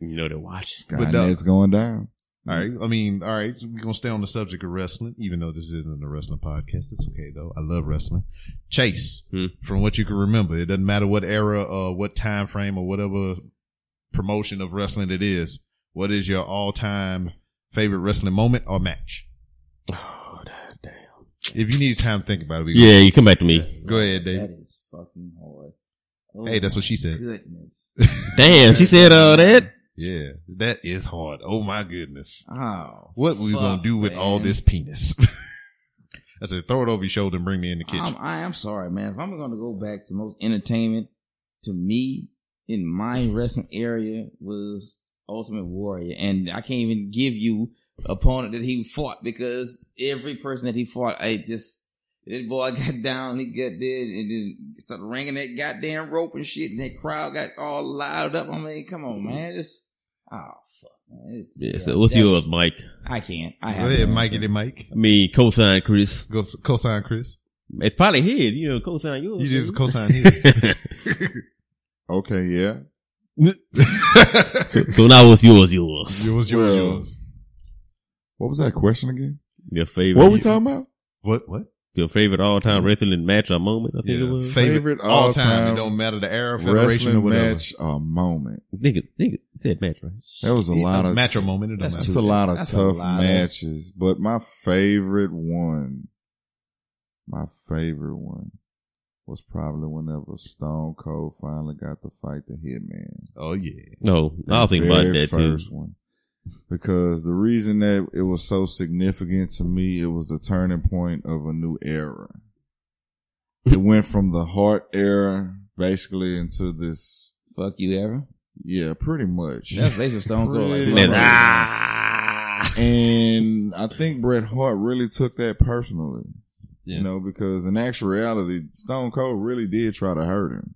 Speaker 4: You know they're watching.
Speaker 3: God,
Speaker 2: But no.
Speaker 3: it's going down.
Speaker 2: All
Speaker 5: Mm-hmm.
Speaker 2: right. I mean, all right. So we're going to stay on the subject of wrestling, even though this isn't a wrestling podcast. It's okay, though. I love wrestling. Chase,
Speaker 4: Hmm.
Speaker 2: from what you can remember, it doesn't matter what era or what time frame or whatever promotion of wrestling it is. What is your all time favorite wrestling moment or match?
Speaker 4: Oh, damn.
Speaker 2: If you need time to think about it, we
Speaker 4: Yeah, you come back to me.
Speaker 2: Go ahead, Dave.
Speaker 5: That is fucking hard. Oh,
Speaker 2: Hey, that's what she said.
Speaker 5: Goodness.
Speaker 4: Damn, she said all that.
Speaker 2: Yeah. That is hard. Oh, my goodness.
Speaker 5: Oh.
Speaker 2: What we going to
Speaker 5: fuck,
Speaker 2: do with all
Speaker 5: man.
Speaker 2: this penis? I said, throw it over your shoulder and bring me in the kitchen.
Speaker 5: I'm, I am sorry, man. If I'm going to go back to most entertainment, to me, in my wrestling area was Ultimate Warrior, and I can't even give you opponent that he fought because every person that he fought, I just that boy got down, he got there, and then started ringing that goddamn rope and shit, and that crowd got all loud up. I mean, come on, man, this oh fuck, man. It's-
Speaker 4: Mm-hmm. Yeah, so what's
Speaker 5: that's-
Speaker 4: yours, Mike?
Speaker 5: I can't. I
Speaker 2: Go
Speaker 5: have
Speaker 2: ahead,
Speaker 5: no
Speaker 2: Mikey
Speaker 5: answer.
Speaker 2: the Mike.
Speaker 4: I mean, cosign Chris.
Speaker 2: Go cosign Chris.
Speaker 4: It's probably his. You know, cosign yours.
Speaker 2: You just
Speaker 4: baby.
Speaker 2: cosign his.
Speaker 3: Okay, yeah.
Speaker 4: so now what's yours? Yours.
Speaker 2: yours, yours,
Speaker 3: Well-
Speaker 2: yours.
Speaker 3: What was that question again?
Speaker 4: Your favorite.
Speaker 3: What were we talking about?
Speaker 2: What? What?
Speaker 4: Your favorite all-time wrestling match or moment? I think it
Speaker 2: Mm-hmm. Yeah.
Speaker 4: was.
Speaker 2: Favorite,
Speaker 3: Favorite
Speaker 2: all time. It
Speaker 3: all-time
Speaker 2: don't matter the era, federation, or
Speaker 3: Wrestling
Speaker 2: whatever.
Speaker 3: match or moment.
Speaker 4: Nigga, nigga, it said match, right?
Speaker 3: That was a lot of
Speaker 2: match or uh, moment. It don't
Speaker 5: That's
Speaker 2: matter.
Speaker 3: That's
Speaker 5: Two.
Speaker 3: a lot of
Speaker 5: That's a
Speaker 3: tough
Speaker 5: lot of-
Speaker 3: matches, but my favorite one, my favorite one, was probably whenever Stone Cold finally got to fight the Hitman.
Speaker 2: Oh yeah.
Speaker 4: No, I was thinking about
Speaker 3: very
Speaker 4: that too.
Speaker 3: first one, because the reason that it was so significant to me, it was the turning point of a new era. it went from the heart era, basically, into this.
Speaker 5: Fuck you, ever.
Speaker 3: Yeah, pretty much.
Speaker 5: That's basically Stone Cold. Like,
Speaker 3: Really?
Speaker 5: fuck
Speaker 4: Then,
Speaker 5: you.
Speaker 4: ah,
Speaker 3: And I think Bret Hart really took that personally.
Speaker 2: Yeah.
Speaker 3: You know, because in actuality, Stone Cold really did try to hurt him.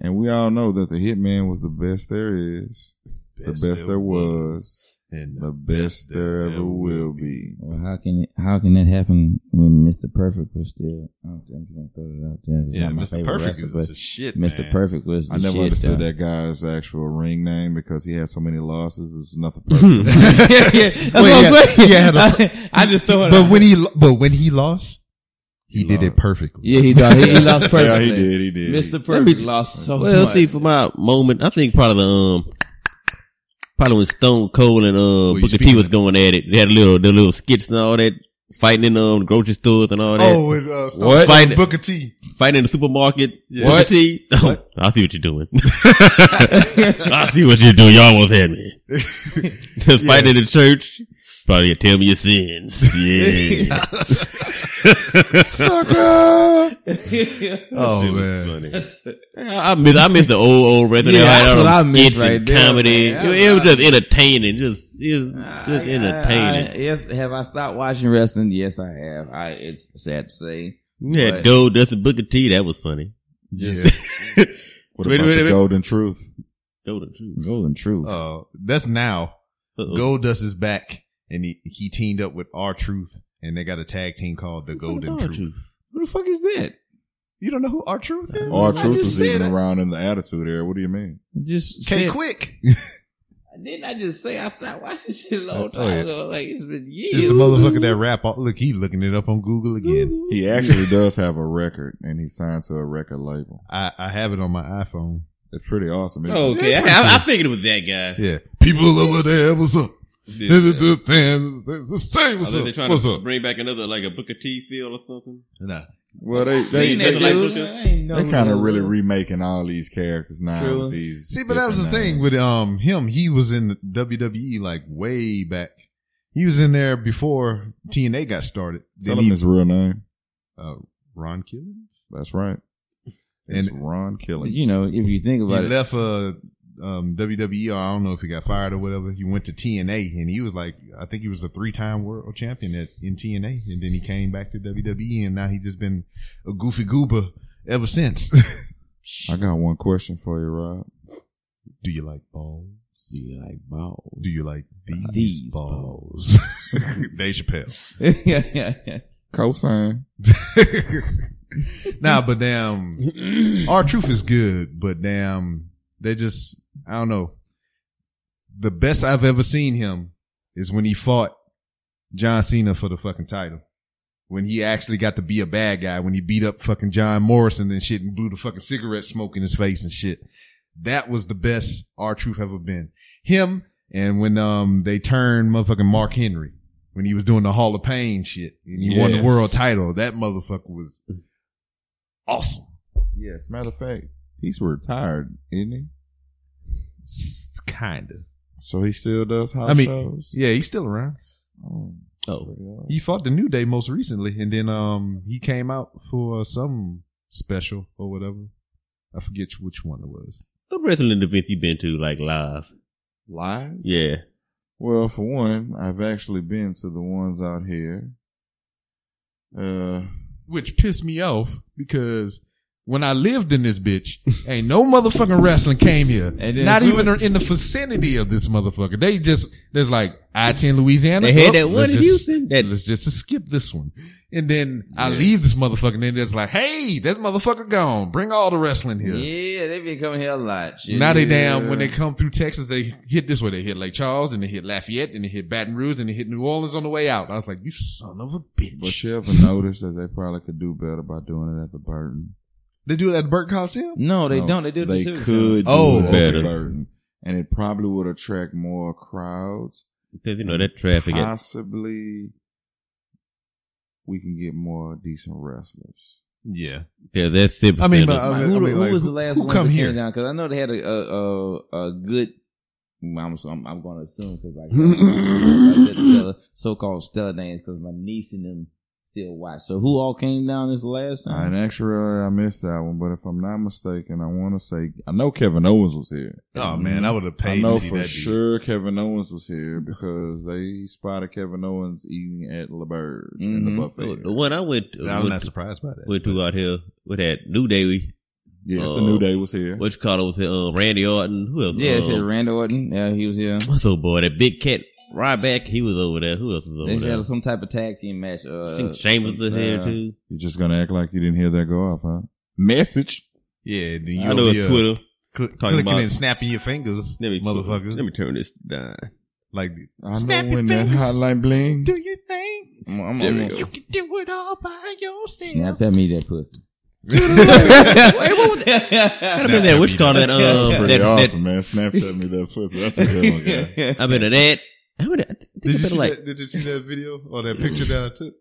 Speaker 3: And we all know that the hitman was the best there is, the best there was,
Speaker 2: and
Speaker 3: the best there ever will be.
Speaker 5: Well, how can it, how can that happen when Mr. Perfect was still? I'm just gonna throw it out there. It's
Speaker 2: Yeah,
Speaker 5: not my
Speaker 2: Mr.
Speaker 5: favorite
Speaker 2: Perfect
Speaker 5: wrestler,
Speaker 2: is a shit.
Speaker 5: but Mr.
Speaker 2: man.
Speaker 5: Perfect was. The
Speaker 3: I never
Speaker 5: shit,
Speaker 3: understood
Speaker 5: though.
Speaker 3: that guy's actual ring name because he had so many losses. It was nothing personal.
Speaker 5: yeah, yeah, that's
Speaker 2: Well,
Speaker 5: what I'm
Speaker 2: yeah,
Speaker 5: saying.
Speaker 2: he had a-
Speaker 5: I- I just throw it.
Speaker 2: But
Speaker 5: out.
Speaker 2: when he, lo- but when he lost, he,
Speaker 3: He
Speaker 2: did it
Speaker 3: lost.
Speaker 2: perfectly.
Speaker 5: yeah, he, done- he, he lost perfectly.
Speaker 3: yeah, he did. He did.
Speaker 5: Mr. Perfect
Speaker 4: ju-
Speaker 5: lost so
Speaker 4: well,
Speaker 5: much.
Speaker 4: see, for my moment, I think probably the um, probably when Stone Cold and uh,
Speaker 2: you
Speaker 4: Booker T
Speaker 2: speaking
Speaker 4: was going at it, they had a little, the little skits and all that, fighting in um, grocery stores and all that,
Speaker 2: Oh, and, uh, Stone
Speaker 4: What?
Speaker 2: Cold and
Speaker 4: Fight-
Speaker 2: Booker T.
Speaker 4: fighting in the supermarket.
Speaker 2: Yeah.
Speaker 4: Booker
Speaker 2: What?
Speaker 4: T. I see what you're doing. I see what you're doing. Y'all almost had me. Just
Speaker 2: Yeah.
Speaker 4: fighting in the church. probably tell me your sins. Yeah.
Speaker 3: Sucker!
Speaker 2: Oh,
Speaker 4: Shit was
Speaker 2: man.
Speaker 4: funny. I I miss I miss the old old wrestling.
Speaker 5: Yeah,
Speaker 4: They had
Speaker 5: that's
Speaker 4: all
Speaker 5: what I
Speaker 4: them
Speaker 5: miss
Speaker 4: skits and
Speaker 5: right there,
Speaker 4: comedy.
Speaker 5: man.
Speaker 4: It, it was just entertaining. Just it was just
Speaker 5: I-
Speaker 4: entertaining.
Speaker 5: I- I- yes, have I stopped watching wrestling? Yes, I have. I it's sad to say.
Speaker 4: yeah,
Speaker 5: but-
Speaker 4: Gold Dust and Booker T. That was funny.
Speaker 2: Yeah.
Speaker 3: What
Speaker 4: Wait,
Speaker 3: about
Speaker 4: wait,
Speaker 3: the
Speaker 4: wait.
Speaker 3: golden truth?
Speaker 4: Gold Dust.
Speaker 5: Golden truth.
Speaker 2: Uh, that's now.
Speaker 4: Uh-oh.
Speaker 2: Goldust is back, and he, he teamed up with R Truth, and they got a tag team called the Golden
Speaker 4: R-Truth?
Speaker 2: Truth.
Speaker 5: Who the fuck is that?
Speaker 2: You don't know who R Truth is?
Speaker 3: Our
Speaker 5: I
Speaker 3: truth
Speaker 5: just
Speaker 3: is
Speaker 5: said
Speaker 3: even
Speaker 5: it.
Speaker 3: around in the attitude era. What do you mean?
Speaker 5: Just
Speaker 2: K
Speaker 5: said-
Speaker 2: Quick.
Speaker 5: Didn't I just say I stopped watching shit a
Speaker 2: Oh,
Speaker 5: long time
Speaker 2: yeah.
Speaker 5: ago? Like it's been years.
Speaker 2: It's the motherfucker that rap. all- Look, he looking it up on Google again.
Speaker 3: He actually does have a record, and he's signed to a record label.
Speaker 2: I, I have it on my iPhone.
Speaker 3: It's pretty awesome. isn't it?
Speaker 4: Oh, okay, I, I, I figured it was that guy.
Speaker 2: Yeah. People over there, what's up?
Speaker 4: Yeah.
Speaker 2: Say
Speaker 4: I
Speaker 2: what's
Speaker 4: think they're
Speaker 2: up.
Speaker 4: trying
Speaker 2: What's
Speaker 4: to
Speaker 2: up?
Speaker 4: bring back another like a Booker T feel or something.
Speaker 2: Nah.
Speaker 3: Well, they they,
Speaker 4: seen
Speaker 3: they,
Speaker 4: that,
Speaker 3: they,
Speaker 4: like, look at-
Speaker 3: kind of really remaking all these characters now.
Speaker 5: True.
Speaker 3: With these
Speaker 2: See, but that was the
Speaker 3: different
Speaker 2: thing
Speaker 3: names.
Speaker 2: with um him. He was in the WWE like way back. He was in there before TNA got started.
Speaker 3: Tell
Speaker 2: Then
Speaker 3: him
Speaker 2: he,
Speaker 3: his real name.
Speaker 2: uh, Ron Killings.
Speaker 3: That's right. It's
Speaker 2: And-
Speaker 3: Ron Killing.
Speaker 5: You know, if you think
Speaker 2: He
Speaker 5: about it,
Speaker 2: left uh, um, WWE, or I don't know if he got fired or whatever. He went to TNA, and he was like, I think he was a three-time world champion at, in TNA, and then he came back to WWE, and now he's just been a goofy goober ever since.
Speaker 3: I got one question for you, Rob.
Speaker 2: Do you like balls?
Speaker 5: do you like balls?
Speaker 2: Do you like these,
Speaker 5: These
Speaker 2: balls? Dave Chappelle.
Speaker 5: yeah, yeah, yeah.
Speaker 3: Cosine.
Speaker 2: nah, but damn, our truth is good, but damn, they just I don't know. The best I've ever seen him is when he fought John Cena for the fucking title. When he actually got to be a bad guy, when he beat up fucking John Morrison and shit and blew the fucking cigarette smoke in his face and shit. That was the best our truth ever been. Him and when um they turned motherfucking Mark Henry when he was doing the Hall of Pain shit and he won the
Speaker 3: Yes.
Speaker 2: world title. That motherfucker was awesome.
Speaker 3: Yes. Matter of fact, he's retired, isn't he?
Speaker 2: Kinda.
Speaker 3: So he still does house
Speaker 2: I mean-
Speaker 3: shows.
Speaker 2: Yeah, he's still around.
Speaker 3: Oh,
Speaker 4: Oh,
Speaker 3: pretty awesome.
Speaker 2: He fought the New Day most recently, and then um he came out for some special or whatever. I forget which one it was.
Speaker 4: what wrestling events you been to like live?
Speaker 3: live.
Speaker 4: Yeah,
Speaker 3: Well, for one, I've actually been to the ones out here. Uh,
Speaker 2: Which pissed me off because when I lived in this bitch, ain't no motherfucking wrestling came here.
Speaker 5: And then
Speaker 2: Not
Speaker 5: soon-
Speaker 2: even in the vicinity of this motherfucker. They just there's like I ten Louisiana.
Speaker 4: They had
Speaker 2: Oh,
Speaker 4: that
Speaker 2: let's
Speaker 4: one in
Speaker 2: just-
Speaker 4: Houston. That
Speaker 2: let's just skip this one. And then I leave this motherfucker, and then it's like, hey, that motherfucker gone. Bring all the wrestling
Speaker 5: Yeah,
Speaker 2: here.
Speaker 5: they been coming here a lot. Shit.
Speaker 2: Now they damn when they come through Texas, they hit this way. They hit Lake Charles and they hit Lafayette and they hit Baton Rouge and they hit New Orleans on the way out. I was like, you son of a bitch.
Speaker 3: but you ever noticed that they probably could do better by doing it at the Burton?
Speaker 2: they do it at the Burke Coliseum?
Speaker 5: No, they
Speaker 3: No,
Speaker 5: don't. They do it. at the
Speaker 3: They
Speaker 5: Civic
Speaker 3: could
Speaker 5: Center.
Speaker 2: Oh,
Speaker 3: do it at
Speaker 4: better.
Speaker 3: the Burton, and it probably would attract more crowds.
Speaker 4: because you know that traffic. at-
Speaker 3: Possibly, we can get more decent wrestlers.
Speaker 2: Yeah.
Speaker 4: Yeah, that Civic
Speaker 2: I mean,
Speaker 4: Center.
Speaker 2: but, uh,
Speaker 5: Like,
Speaker 2: I
Speaker 5: who,
Speaker 2: mean,
Speaker 5: who
Speaker 2: like,
Speaker 5: was the
Speaker 2: who-
Speaker 5: last
Speaker 2: who
Speaker 5: one
Speaker 2: come
Speaker 5: that
Speaker 2: here?
Speaker 5: came down? Because I know they had a a, a, a good. I'm, so I'm, I'm going to assume because like, like the so called Stella dance because my niece and them still watch. So who all came down this last
Speaker 2: Uh-huh.
Speaker 5: time?
Speaker 3: And actually, I missed that one, but if I'm not mistaken, I want to say I know Kevin Owens was here.
Speaker 2: Oh man, I would have
Speaker 3: Mm-hmm. I
Speaker 2: paid
Speaker 3: know
Speaker 2: to see
Speaker 3: for
Speaker 2: that dude.
Speaker 3: sure Kevin Owens was here because they spotted Kevin Owens eating at LeBurge in the
Speaker 2: Mm-hmm.
Speaker 5: Mhm.
Speaker 3: buffet.
Speaker 4: the one I went to,
Speaker 2: uh, I'm not
Speaker 4: went,
Speaker 2: surprised by that.
Speaker 4: went to out here with that New Day.
Speaker 3: Yes,
Speaker 4: Uh,
Speaker 3: the New Day was here.
Speaker 4: What you call it with uh, Randy Orton? Who else?
Speaker 5: Yeah, it said
Speaker 4: um,
Speaker 5: Randy Orton. Yeah, he was here.
Speaker 4: What's old boy? That big cat Ryback, he was over there. Who else was
Speaker 5: They
Speaker 4: over
Speaker 5: should
Speaker 4: there?
Speaker 5: have some type of tag team match. Uh,
Speaker 4: I think Chambers was
Speaker 5: some,
Speaker 4: here
Speaker 5: uh,
Speaker 4: too.
Speaker 3: You're just gonna act like you didn't hear that go off, huh? Message.
Speaker 2: Yeah, then
Speaker 4: I know
Speaker 2: over
Speaker 4: it's
Speaker 2: here
Speaker 4: Twitter.
Speaker 2: cl-
Speaker 4: talking
Speaker 2: clicking
Speaker 4: about-
Speaker 2: and snapping your fingers,
Speaker 4: Let me,
Speaker 2: motherfucker.
Speaker 4: Let me turn this down.
Speaker 2: like,
Speaker 3: I
Speaker 1: Snap
Speaker 3: know
Speaker 1: your
Speaker 3: when that
Speaker 1: fingers.
Speaker 3: hotline bling.
Speaker 2: do you think
Speaker 5: uh, I'm, I'm,
Speaker 4: There we
Speaker 5: I'm
Speaker 4: go.
Speaker 5: gonna
Speaker 4: You
Speaker 2: you can do it all by yourself?
Speaker 5: snap that me that pussy.
Speaker 4: Hey, what was that? I've been there. What you call that? Um,
Speaker 3: Pretty
Speaker 4: that,
Speaker 3: awesome, man. Snapchat me that pussy. That's a good one, guy.
Speaker 4: that, I've been to that. I've been to, I think
Speaker 2: Did
Speaker 4: I've
Speaker 2: you,
Speaker 4: been to
Speaker 2: see
Speaker 4: like
Speaker 2: that, did you see that video or that picture that I took?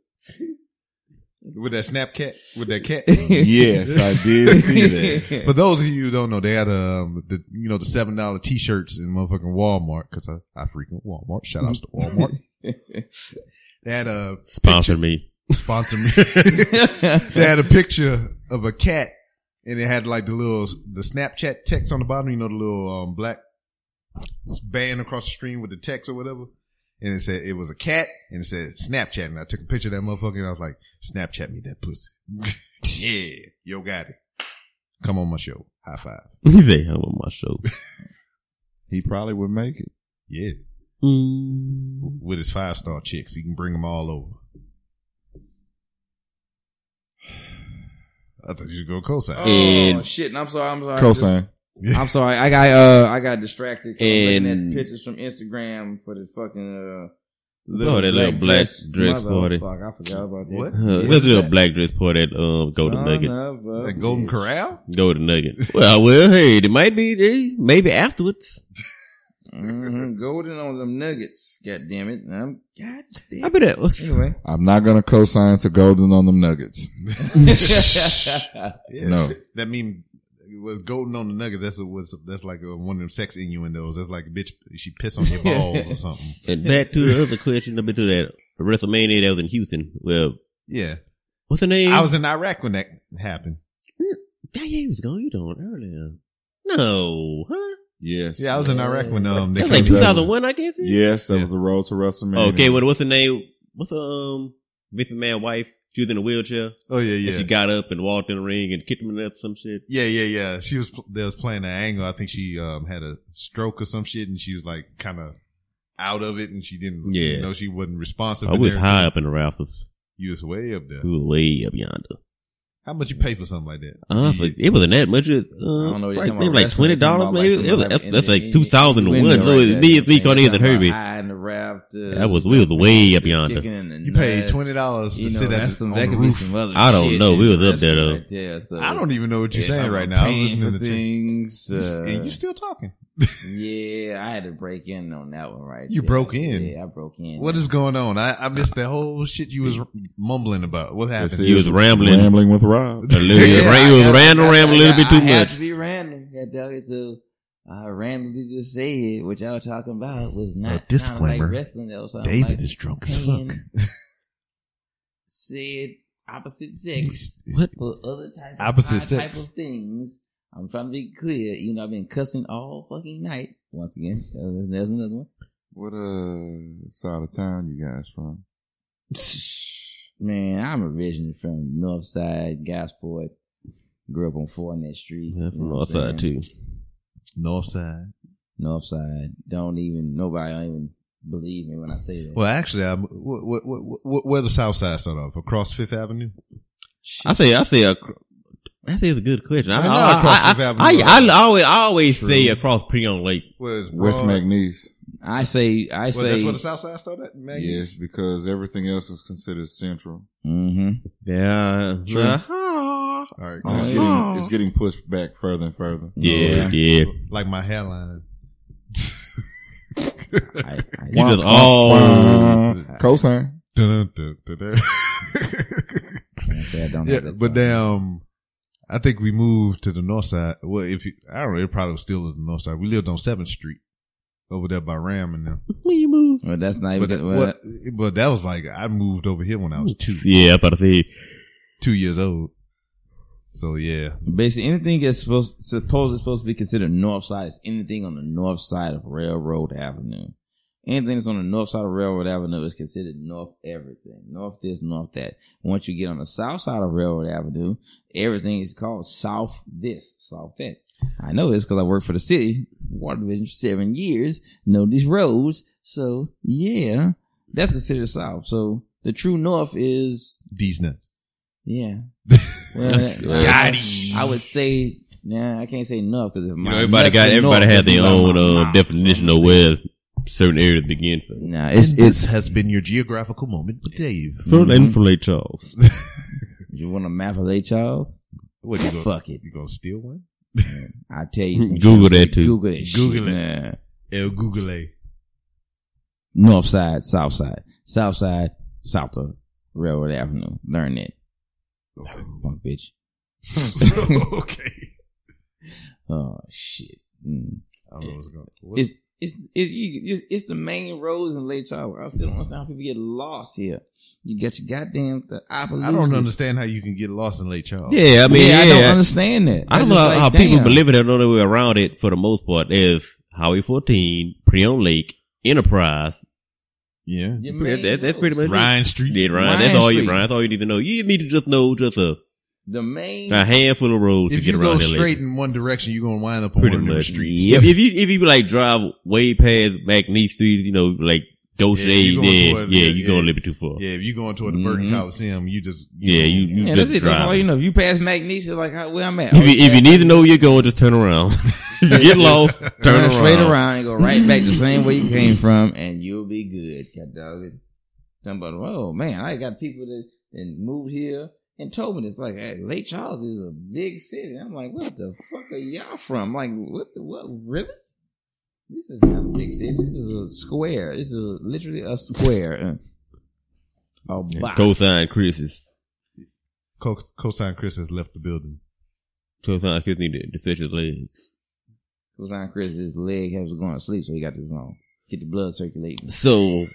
Speaker 2: with that snap cat, with that cat.
Speaker 3: yes, I did see that.
Speaker 2: For those of you who don't know, they had um the you know the seven dollar t shirts in motherfucking Walmart because I I frequent Walmart. Shout outs to Walmart. They had a
Speaker 4: Sponsor me.
Speaker 2: sponsor me. they had a picture of a cat and it had like the little the Snapchat text on the bottom. You know the little um black band across the stream with the text or whatever. And it said it was a cat and it said Snapchat. And I took a picture of that motherfucker and I was like, Snapchat me that pussy. yeah, yo got it. Come on my show. High five.
Speaker 4: You think I'm on my show?
Speaker 3: He probably would make it.
Speaker 2: Yeah.
Speaker 4: Mm.
Speaker 2: With his five star chicks, he can bring them all over. I thought you go cosign.
Speaker 5: Oh
Speaker 4: And-
Speaker 5: shit! And I'm sorry. I'm sorry.
Speaker 3: Cosine.
Speaker 5: I'm sorry. I got uh I got distracted. 'cause I'm looking
Speaker 4: And-
Speaker 5: at pictures from Instagram for the fucking uh.
Speaker 4: Oh, that little black dress party.
Speaker 5: Fuck, I forgot about that.
Speaker 2: What?
Speaker 4: Uh,
Speaker 5: Yeah.
Speaker 4: let's do a black dress part at um, Golden
Speaker 5: Son
Speaker 4: Nugget.
Speaker 5: of a
Speaker 2: That Golden
Speaker 5: bitch.
Speaker 2: Corral?
Speaker 4: Golden Nugget. Well, well, hey, it might be, eh, maybe afterwards.
Speaker 5: Mhm, Golden on them nuggets. God damn it! I'm god damn.
Speaker 4: I bet that was.
Speaker 5: Anyway,
Speaker 3: I'm not gonna cosign to Golden on them Nuggets.
Speaker 2: Yeah.
Speaker 3: No.
Speaker 2: That mean it was golden on the nuggets. That's a, was that's like a, one of them sex innuendos. That's like bitch, she piss on your balls or something.
Speaker 4: And back to the other question, I've been to that WrestleMania that was in Houston. Well,
Speaker 2: Yeah,
Speaker 4: what's her name?
Speaker 2: I was in Iraq when that happened.
Speaker 4: Yeah, yeah, he was gone. You don't earlier. No, huh?
Speaker 3: Yes.
Speaker 2: Yeah, I was in Iraq when um they
Speaker 4: That was like
Speaker 2: came to-
Speaker 4: 2001, I guess.
Speaker 3: Yes, that
Speaker 2: Yeah.
Speaker 3: was the road to WrestleMania.
Speaker 4: Okay, well, what's her name? What's um Vince McMahon's wife? She was in a wheelchair.
Speaker 2: Oh yeah,
Speaker 4: And
Speaker 2: yeah,
Speaker 4: she got up and walked in the ring and kicked him in the nuts or some shit.
Speaker 2: yeah, yeah, yeah. She was pl- they was playing an angle. I think she um had a stroke or some shit, and she was like kind of out of it, and she didn't.
Speaker 4: Yeah.
Speaker 2: you know, she wasn't responsive.
Speaker 4: I
Speaker 2: and
Speaker 4: was
Speaker 2: everything.
Speaker 4: high up in the rafters.
Speaker 2: You was way up there.
Speaker 4: We was way up yonder.
Speaker 2: How much you pay for something like that?
Speaker 4: Uh,
Speaker 2: Yeah.
Speaker 4: but it wasn't that much. It, uh,
Speaker 5: I don't know what you're
Speaker 4: like,
Speaker 5: talking
Speaker 4: maybe
Speaker 5: about
Speaker 4: like
Speaker 5: wrestling,
Speaker 4: twenty
Speaker 5: you're talking
Speaker 4: dollars.
Speaker 5: about
Speaker 4: Maybe
Speaker 5: like
Speaker 4: it was,
Speaker 5: something
Speaker 4: that's,
Speaker 5: in
Speaker 4: that's
Speaker 5: the-
Speaker 4: like
Speaker 5: in
Speaker 4: two
Speaker 5: the
Speaker 4: thousand and one.
Speaker 5: E window
Speaker 4: So
Speaker 5: right
Speaker 4: it's
Speaker 5: there.
Speaker 4: me, it's me,
Speaker 5: You're
Speaker 4: Connie, and
Speaker 5: talking about
Speaker 4: Herbie.
Speaker 5: high in the rafters,
Speaker 4: That was- we was way up yonder.
Speaker 5: kicking in the
Speaker 2: You paid
Speaker 5: nuts.
Speaker 2: twenty dollars to
Speaker 5: You know,
Speaker 2: sit at
Speaker 5: that's
Speaker 2: the,
Speaker 5: some,
Speaker 2: on
Speaker 5: that
Speaker 2: the
Speaker 5: could be
Speaker 2: roof.
Speaker 5: some other
Speaker 4: I don't
Speaker 5: shit
Speaker 4: know. We was up there,
Speaker 5: That's
Speaker 4: though.
Speaker 5: Right there, so.
Speaker 2: I don't even know what you're
Speaker 5: Yeah,
Speaker 2: saying
Speaker 5: I'm
Speaker 2: right now. I was
Speaker 5: paying
Speaker 2: listening
Speaker 5: for
Speaker 2: to the
Speaker 5: things. uh,
Speaker 2: and you still talking.
Speaker 5: yeah, I had to break in on that one right
Speaker 2: You
Speaker 5: there.
Speaker 2: broke in?
Speaker 5: Yeah, I broke in.
Speaker 2: What is going on? I, I missed that whole shit you was mumbling about. What
Speaker 3: This
Speaker 2: happened?
Speaker 4: He
Speaker 3: is
Speaker 4: was rambling.
Speaker 3: Rambling with
Speaker 4: A
Speaker 3: Rob.
Speaker 4: little,
Speaker 5: Yeah,
Speaker 4: it was
Speaker 5: I
Speaker 4: ran- it was
Speaker 5: got-
Speaker 4: random,
Speaker 5: I got-
Speaker 4: rambling a
Speaker 5: I
Speaker 4: little bit
Speaker 5: got-
Speaker 4: too
Speaker 5: I had
Speaker 4: much.
Speaker 5: to be random. Yeah, dog, so I randomly just said what y'all talking about was not sounding
Speaker 2: disclaimer.
Speaker 5: like wrestling. That was sounding
Speaker 2: David
Speaker 5: like
Speaker 2: is drunk as fuck.
Speaker 5: paying- said opposite sex
Speaker 2: What?
Speaker 5: for other type of,
Speaker 2: Opposite
Speaker 5: high
Speaker 2: sex.
Speaker 5: type of things. I'm trying to be clear. You know, I've been cussing all fucking night. Once again, there's, there's another one.
Speaker 3: What uh side of town you guys from?
Speaker 5: Man, I'm originally from North Side, Gasport. Grew up on Fournette Street.
Speaker 4: Yeah,
Speaker 5: you know
Speaker 4: from
Speaker 5: what
Speaker 4: our
Speaker 5: I'm
Speaker 4: side
Speaker 5: saying?
Speaker 4: too.
Speaker 2: North side.
Speaker 5: North Side. Don't even nobody don't even believe me when I say that.
Speaker 2: Well, actually, I'm, wh- wh- wh- wh- where the South Side start off? Across Fifth Avenue?
Speaker 4: I say, I say, ac- that is a good question. I,
Speaker 2: I
Speaker 4: I,
Speaker 2: know
Speaker 4: I,
Speaker 2: across
Speaker 4: I,
Speaker 2: Fifth
Speaker 4: I,
Speaker 2: Avenue.
Speaker 4: I, always, I always
Speaker 3: True.
Speaker 4: say across Preon Lake.
Speaker 2: Where is
Speaker 3: West
Speaker 2: Broad-
Speaker 3: McNeese.
Speaker 5: I say, I
Speaker 2: Well, that's
Speaker 5: say,
Speaker 2: where the South Side started.
Speaker 3: Yes, because everything else is considered central.
Speaker 5: mm-hmm.
Speaker 4: Yeah,
Speaker 3: True.
Speaker 4: Uh-huh.
Speaker 2: All right.
Speaker 3: And it's,
Speaker 2: cool.
Speaker 3: getting, it's getting pushed back further and further.
Speaker 4: yeah, yeah.
Speaker 2: Like my hairline.
Speaker 5: I, I,
Speaker 4: You just
Speaker 3: Wah,
Speaker 4: all.
Speaker 3: wah, wah. Cosine.
Speaker 2: Dun, dun, dun, dun.
Speaker 5: I say I don't.
Speaker 2: yeah,
Speaker 5: have that
Speaker 2: but
Speaker 5: problem.
Speaker 2: then um, I think we moved to the north side. Well, if you, I don't know, it probably was still the north side. We lived on Seventh Street over there by Ram and them.
Speaker 4: When you move,
Speaker 5: Well, that's not even.
Speaker 2: But,
Speaker 5: good. well,
Speaker 2: what, but that was like I moved over here when I was two,
Speaker 4: Yeah, I'm about to say.
Speaker 2: two years old. So yeah,
Speaker 5: Basically, anything that's supposed supposed is supposed to be considered north side is anything on the north side of Railroad Avenue. Anything that's on the north side of Railroad Avenue is considered north everything. North this, north that. Once you get on the south side of Railroad Avenue, everything is called south this, south that. I know this because I worked for the city water division for seven years. Know these roads, so yeah, that's considered south. So the true north is
Speaker 2: these nuts.
Speaker 5: yeah. Well, I, I would say, nah, I can't say no because if
Speaker 4: You
Speaker 5: my
Speaker 4: know, everybody
Speaker 5: nuts
Speaker 4: got
Speaker 5: were
Speaker 4: everybody
Speaker 5: north,
Speaker 4: had their
Speaker 5: it'd be like
Speaker 4: own
Speaker 5: my
Speaker 4: uh,
Speaker 5: mouth.
Speaker 4: definition of where certain areas begin.
Speaker 5: Nah, it's
Speaker 2: And
Speaker 5: it's.
Speaker 2: this has been your geographical moment with Dave.
Speaker 4: From and from Lake Charles.
Speaker 5: You want to map of Lake Charles?
Speaker 2: What you gonna,
Speaker 5: Fuck it.
Speaker 2: you gonna steal one?
Speaker 5: I tell you, some
Speaker 4: Google
Speaker 5: shit,
Speaker 4: that, too.
Speaker 5: Google that.
Speaker 2: Google
Speaker 5: shit,
Speaker 2: it.
Speaker 5: man.
Speaker 2: El Google. A.
Speaker 5: North side, south side, south side, south of Railroad Avenue. Learn it.
Speaker 2: Okay.
Speaker 5: Punk bitch.
Speaker 2: So, okay.
Speaker 5: Oh shit. Mm.
Speaker 2: I don't know what's going on.
Speaker 5: It's, it's it's you- it's it's the main roads in Lake Charles. I still don't understand how people get lost here. You got your goddamn the
Speaker 2: I don't understand how you can get lost in Lake Charles.
Speaker 4: Yeah, I mean, yeah,
Speaker 5: I don't understand that.
Speaker 4: I don't know
Speaker 5: That's
Speaker 4: how,
Speaker 5: just
Speaker 4: how
Speaker 5: like,
Speaker 4: people
Speaker 5: damn.
Speaker 4: believe it. I know the way around it for the most part is Highway 14, Preon Lake, Enterprise.
Speaker 2: Yeah.
Speaker 4: That-
Speaker 5: Your main
Speaker 4: that- that's pretty
Speaker 5: roads.
Speaker 4: much it.
Speaker 2: Ryan Street.
Speaker 4: Did Ryan?
Speaker 5: Ryan
Speaker 4: that's all you
Speaker 5: Street.
Speaker 4: Ryan. That's all you need to know. You need to just know just a,
Speaker 5: the main.
Speaker 4: a handful of roads to
Speaker 2: If
Speaker 4: get
Speaker 2: you
Speaker 4: around
Speaker 2: go
Speaker 4: there.
Speaker 2: straight in one direction, you're gonna wind up on
Speaker 4: pretty
Speaker 2: one of them
Speaker 4: much.
Speaker 2: streets.
Speaker 4: If, if you if you like drive way past McNeese Street, you know, like Doshe,
Speaker 2: Yeah, you
Speaker 4: then
Speaker 2: going
Speaker 4: yeah,
Speaker 2: toward- yeah,
Speaker 4: you're going
Speaker 2: yeah.
Speaker 4: a little bit too far.
Speaker 2: Yeah, if you're going toward the Burton
Speaker 5: Mhm.
Speaker 2: Coliseum, you just
Speaker 4: Mm-hmm. Yeah, you, you
Speaker 5: yeah,
Speaker 4: just
Speaker 5: that's it. That's all
Speaker 4: drive.
Speaker 5: you know. If you pass McNeese, you're like, how, where I'm at.
Speaker 4: If you, if you need to know where you're going, just turn around. if you get lost, turn,
Speaker 5: turn
Speaker 4: around.
Speaker 5: straight around and go right back the same way you came from, and you'll be good. God dog it. Done But oh man, I got people that, that moved here and told me this. Like, hey, Lake Charles is a big city. I'm like, what the fuck are y'all from? Like, what the what? Really? This is not a big city. This is a square. This is a, literally a square. Uh, A box.
Speaker 4: Cosign Chris's.
Speaker 2: Co- Cosign Chris has left the building.
Speaker 4: Cosign Chris need to, to set his legs.
Speaker 5: was on Chris's leg. He was going to sleep, so he got this on. Get the blood circulating.
Speaker 4: So,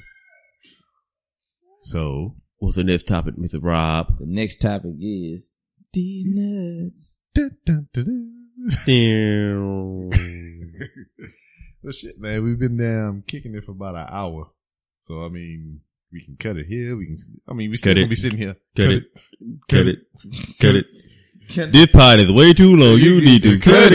Speaker 2: So
Speaker 4: what's the next topic, Mr. Rob?
Speaker 5: The next topic is these nuts.
Speaker 2: dun, dun, dun, dun. well, shit, man, we've been um, kicking it for about an hour. So I mean, we can cut it here. We can. I mean, we still
Speaker 4: Cut
Speaker 2: gonna
Speaker 4: it.
Speaker 2: be sitting here.
Speaker 4: Cut it. Cut it. Cut it. This pot is way too long. You need to cut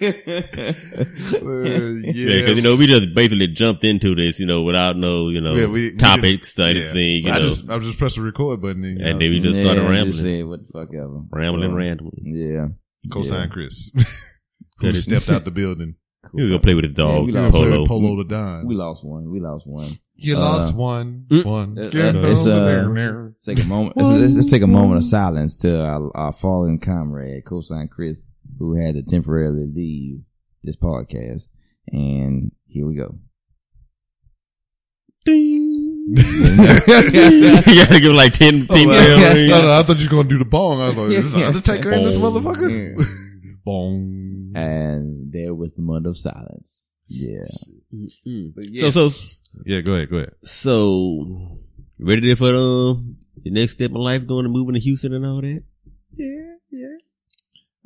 Speaker 4: it.
Speaker 2: Uh,
Speaker 4: Yeah, because you know we just basically jumped into this, you know, without no, you know,
Speaker 2: Yeah, we- we
Speaker 4: topics or
Speaker 2: Yeah.
Speaker 4: anything, you
Speaker 2: I
Speaker 4: know,
Speaker 2: just I just pressed the record button and, you
Speaker 4: and
Speaker 2: know,
Speaker 4: then we just started
Speaker 5: Yeah,
Speaker 4: rambling,
Speaker 5: Just said, what the fuck ever.
Speaker 4: rambling,
Speaker 5: So,
Speaker 4: rambling.
Speaker 5: Yeah.
Speaker 2: cosign
Speaker 5: Yeah.
Speaker 2: Chris who
Speaker 4: Cut it.
Speaker 2: stepped out the building.
Speaker 4: He was gonna play with his
Speaker 5: Yeah,
Speaker 4: dog,
Speaker 5: we lost-
Speaker 4: Polo.
Speaker 2: Polo, Polo to Don.
Speaker 5: We lost one. We lost one.
Speaker 2: you
Speaker 5: uh,
Speaker 2: lost one.
Speaker 4: mm,
Speaker 2: One.
Speaker 5: uh,
Speaker 2: Get
Speaker 5: uh, it's,
Speaker 2: over
Speaker 5: uh,
Speaker 2: there.
Speaker 5: Let's take a moment. Let's, let's, let's take a moment of silence to our, our fallen comrade, cosign Chris, who had to temporarily leave this podcast. And here we go.
Speaker 4: you gotta give him like 10, 10
Speaker 2: Oh, well,
Speaker 4: bell rings.
Speaker 2: no, no, I thought you were gonna do the bong. I was like, "Is this
Speaker 5: Yeah.
Speaker 2: Undertaker in this motherfucker?"
Speaker 5: Yeah.
Speaker 2: bong.
Speaker 5: and there was the moment of silence. Yeah.
Speaker 4: So, so,
Speaker 2: Yeah, go ahead, go ahead.
Speaker 4: so, ready there for um, the next step in life, going to moving to Houston and all that?
Speaker 2: Yeah, yeah.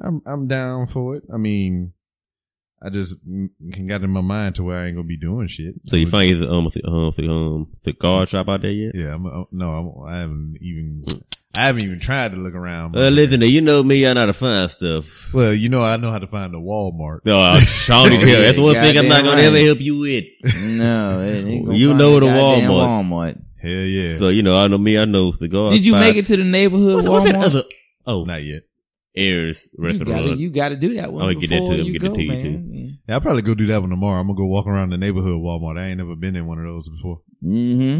Speaker 2: I'm I'm down for it. I mean, I just mm, got in my mind to where I ain't gonna be doing shit.
Speaker 4: So you find his um, the, um, the, um, cigar shop out there yet?
Speaker 2: Yeah, I'm, uh, no, I'm, I haven't even I haven't even tried to look around.
Speaker 4: Uh, listen, you know me, I know how to find stuff.
Speaker 2: well, you know, I know how to find the Walmart.
Speaker 4: No, I don't need to help. That's one thing I'm not gonna ever help you with.
Speaker 5: No, it ain't gonna
Speaker 4: You
Speaker 5: find
Speaker 4: know
Speaker 5: the
Speaker 4: the
Speaker 5: goddamn
Speaker 4: Walmart.
Speaker 5: Walmart.
Speaker 2: Hell yeah,
Speaker 4: So you know, I know me, I know cigar.
Speaker 5: Did you
Speaker 4: spots.
Speaker 5: make it to the neighborhood
Speaker 4: What's, what's that
Speaker 5: Walmart?
Speaker 4: other? Oh,
Speaker 2: not yet.
Speaker 4: Ayers
Speaker 5: you
Speaker 4: restaurant.
Speaker 5: gotta, you gotta do that one
Speaker 4: I'll Oh, get that
Speaker 5: before
Speaker 4: too. I'll
Speaker 5: you
Speaker 4: get
Speaker 5: go,
Speaker 4: that to you too.
Speaker 5: man.
Speaker 2: Yeah, I'll probably go do that one tomorrow. I'm gonna go walk around the neighborhood Walmart. I ain't never been in one of those before.
Speaker 5: Mm-hmm.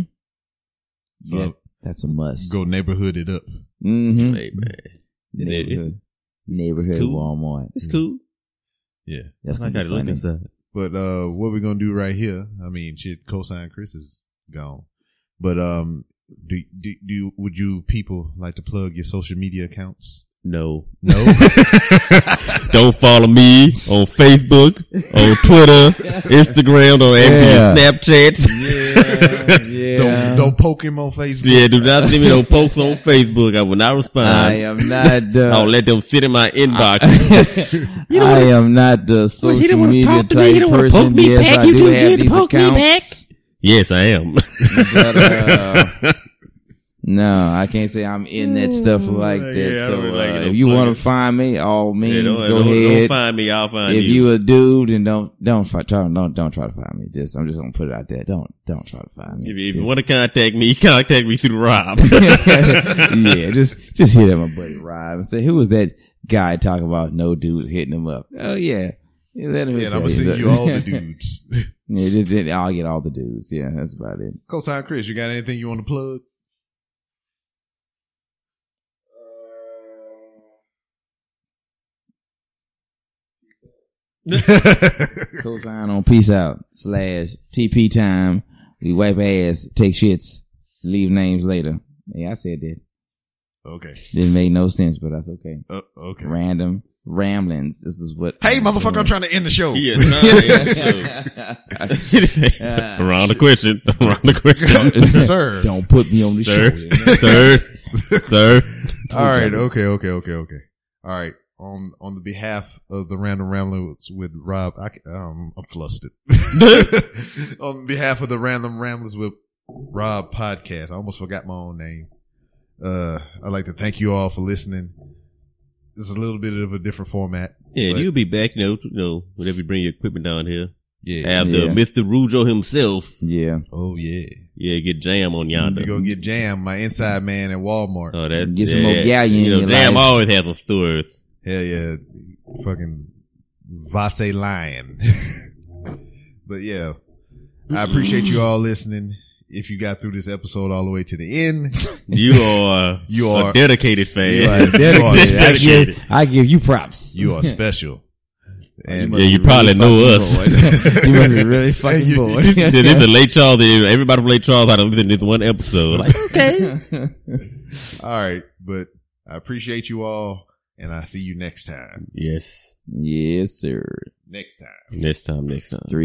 Speaker 2: So
Speaker 5: Yeah. That's a must.
Speaker 2: go neighborhood it up.
Speaker 5: Mm-hmm.
Speaker 4: hey man, It- it-
Speaker 5: Neighborhood, neighborhood
Speaker 4: cool.
Speaker 5: Walmart.
Speaker 4: it's cool.
Speaker 2: Yeah.
Speaker 5: That's
Speaker 4: I
Speaker 5: gonna
Speaker 4: gotta
Speaker 5: be
Speaker 4: look
Speaker 5: funny.
Speaker 4: inside.
Speaker 2: But uh what we gonna do right here? I mean, shit, cosign Chris is gone. But um, do do, do you- would you people like to plug your social media accounts?
Speaker 4: No,
Speaker 2: No,
Speaker 4: don't follow me on Facebook, on Twitter, Instagram, don't
Speaker 5: Yeah.
Speaker 4: add me to your Snapchat.
Speaker 5: Yeah, yeah.
Speaker 2: don't don't poke him on Facebook.
Speaker 4: Yeah, do not send me no pokes on Facebook. I will not respond.
Speaker 5: I uh,
Speaker 4: I,
Speaker 5: am not the.
Speaker 4: will let them sit in my inbox.
Speaker 5: I am not the social
Speaker 4: he don't wanna
Speaker 5: media
Speaker 4: talk to me,
Speaker 5: type
Speaker 4: he don't wanna
Speaker 5: person.
Speaker 4: poke me
Speaker 5: yes,
Speaker 4: back,
Speaker 5: I
Speaker 4: you
Speaker 5: do
Speaker 4: too
Speaker 5: have
Speaker 4: good to
Speaker 5: these
Speaker 4: poke me
Speaker 5: accounts.
Speaker 4: yes, I am.
Speaker 5: But, uh, no, I can't say I'm in that stuff
Speaker 4: Mm.
Speaker 5: like that.
Speaker 4: Yeah, I
Speaker 5: so
Speaker 4: don't really like
Speaker 5: uh,
Speaker 4: it.
Speaker 5: if you
Speaker 4: Plug
Speaker 5: want
Speaker 4: it.
Speaker 5: to find me, all means,
Speaker 4: Yeah, don't,
Speaker 5: go
Speaker 4: don't- don't
Speaker 5: ahead.
Speaker 4: find me. I'll find
Speaker 5: if
Speaker 4: you.
Speaker 5: you a dude, then don't don't fi- try don't don't try to find me. Just I'm just gonna put it out there. Don't don't try to find
Speaker 4: if,
Speaker 5: me.
Speaker 4: if you
Speaker 5: Just-
Speaker 4: want to contact me, contact me through Rob.
Speaker 5: yeah, just just hit up my buddy Rob and say, "Who was that guy talking about no dudes hitting him up?" Oh yeah, yeah let him
Speaker 2: Yeah, and
Speaker 5: tell
Speaker 2: I'm gonna send you all the dudes.
Speaker 5: yeah, just, just- I'll get all the dudes. Yeah, that's about it.
Speaker 2: Cosign Chris, you got anything you want to plug?
Speaker 5: Cosign on peace out slash TP time. We wipe ass, take shits, leave names later. Yeah, I said that.
Speaker 2: Okay.
Speaker 5: Didn't make no sense, but that's okay.
Speaker 2: Uh, okay.
Speaker 5: Random ramblings. This is what.
Speaker 2: Hey, motherfucker! I'm trying to end the show.
Speaker 4: Yes, sir.
Speaker 5: Ah,
Speaker 4: Around the question. Around the question.
Speaker 2: sir.
Speaker 5: Don't put me on the
Speaker 4: sir.
Speaker 5: show.
Speaker 4: sir. Sir.
Speaker 2: All right. Okay. Okay. Okay. Okay. All right. On on the behalf of the random ramblers with Rob, I, ca- um, I'm flustered. on behalf of the random ramblers with Rob podcast, I almost forgot my own name. Uh, I'd like to thank you all for listening. It's a little bit of a different format.
Speaker 4: Yeah,
Speaker 2: but
Speaker 4: you'll be back, you know, you know, whenever you bring your equipment down here.
Speaker 2: yeah.
Speaker 4: Have the
Speaker 5: Yeah.
Speaker 4: Mr. Rujo himself,
Speaker 5: Yeah.
Speaker 2: Oh yeah.
Speaker 4: yeah, get jam on yonder.
Speaker 2: You go get Jam, my inside man at Walmart.
Speaker 4: Oh, that
Speaker 5: Get some
Speaker 4: yeah,
Speaker 5: more
Speaker 4: that-
Speaker 5: galleon in
Speaker 4: You know,
Speaker 5: your
Speaker 4: damn,
Speaker 5: life.
Speaker 4: always have some stories.
Speaker 2: Hell yeah, fucking Vase lion. but yeah, I appreciate you all listening. If you got through this episode all the way to the end,
Speaker 4: You are
Speaker 2: You
Speaker 4: a
Speaker 2: are-
Speaker 4: dedicated fan.
Speaker 2: you are dedicated.
Speaker 5: I give, I give you props.
Speaker 2: you are special. And
Speaker 4: yeah, you probably know us.
Speaker 5: you must be
Speaker 2: Hey,
Speaker 5: really fucking
Speaker 2: you-
Speaker 5: bored.
Speaker 4: There's a late Charles. that Everybody from late Charles had to listen to this one episode. Like,
Speaker 2: all right, but I appreciate you all, and I see you next time.
Speaker 4: yes,
Speaker 5: yes, sir.
Speaker 2: Next time.
Speaker 4: next time, next time.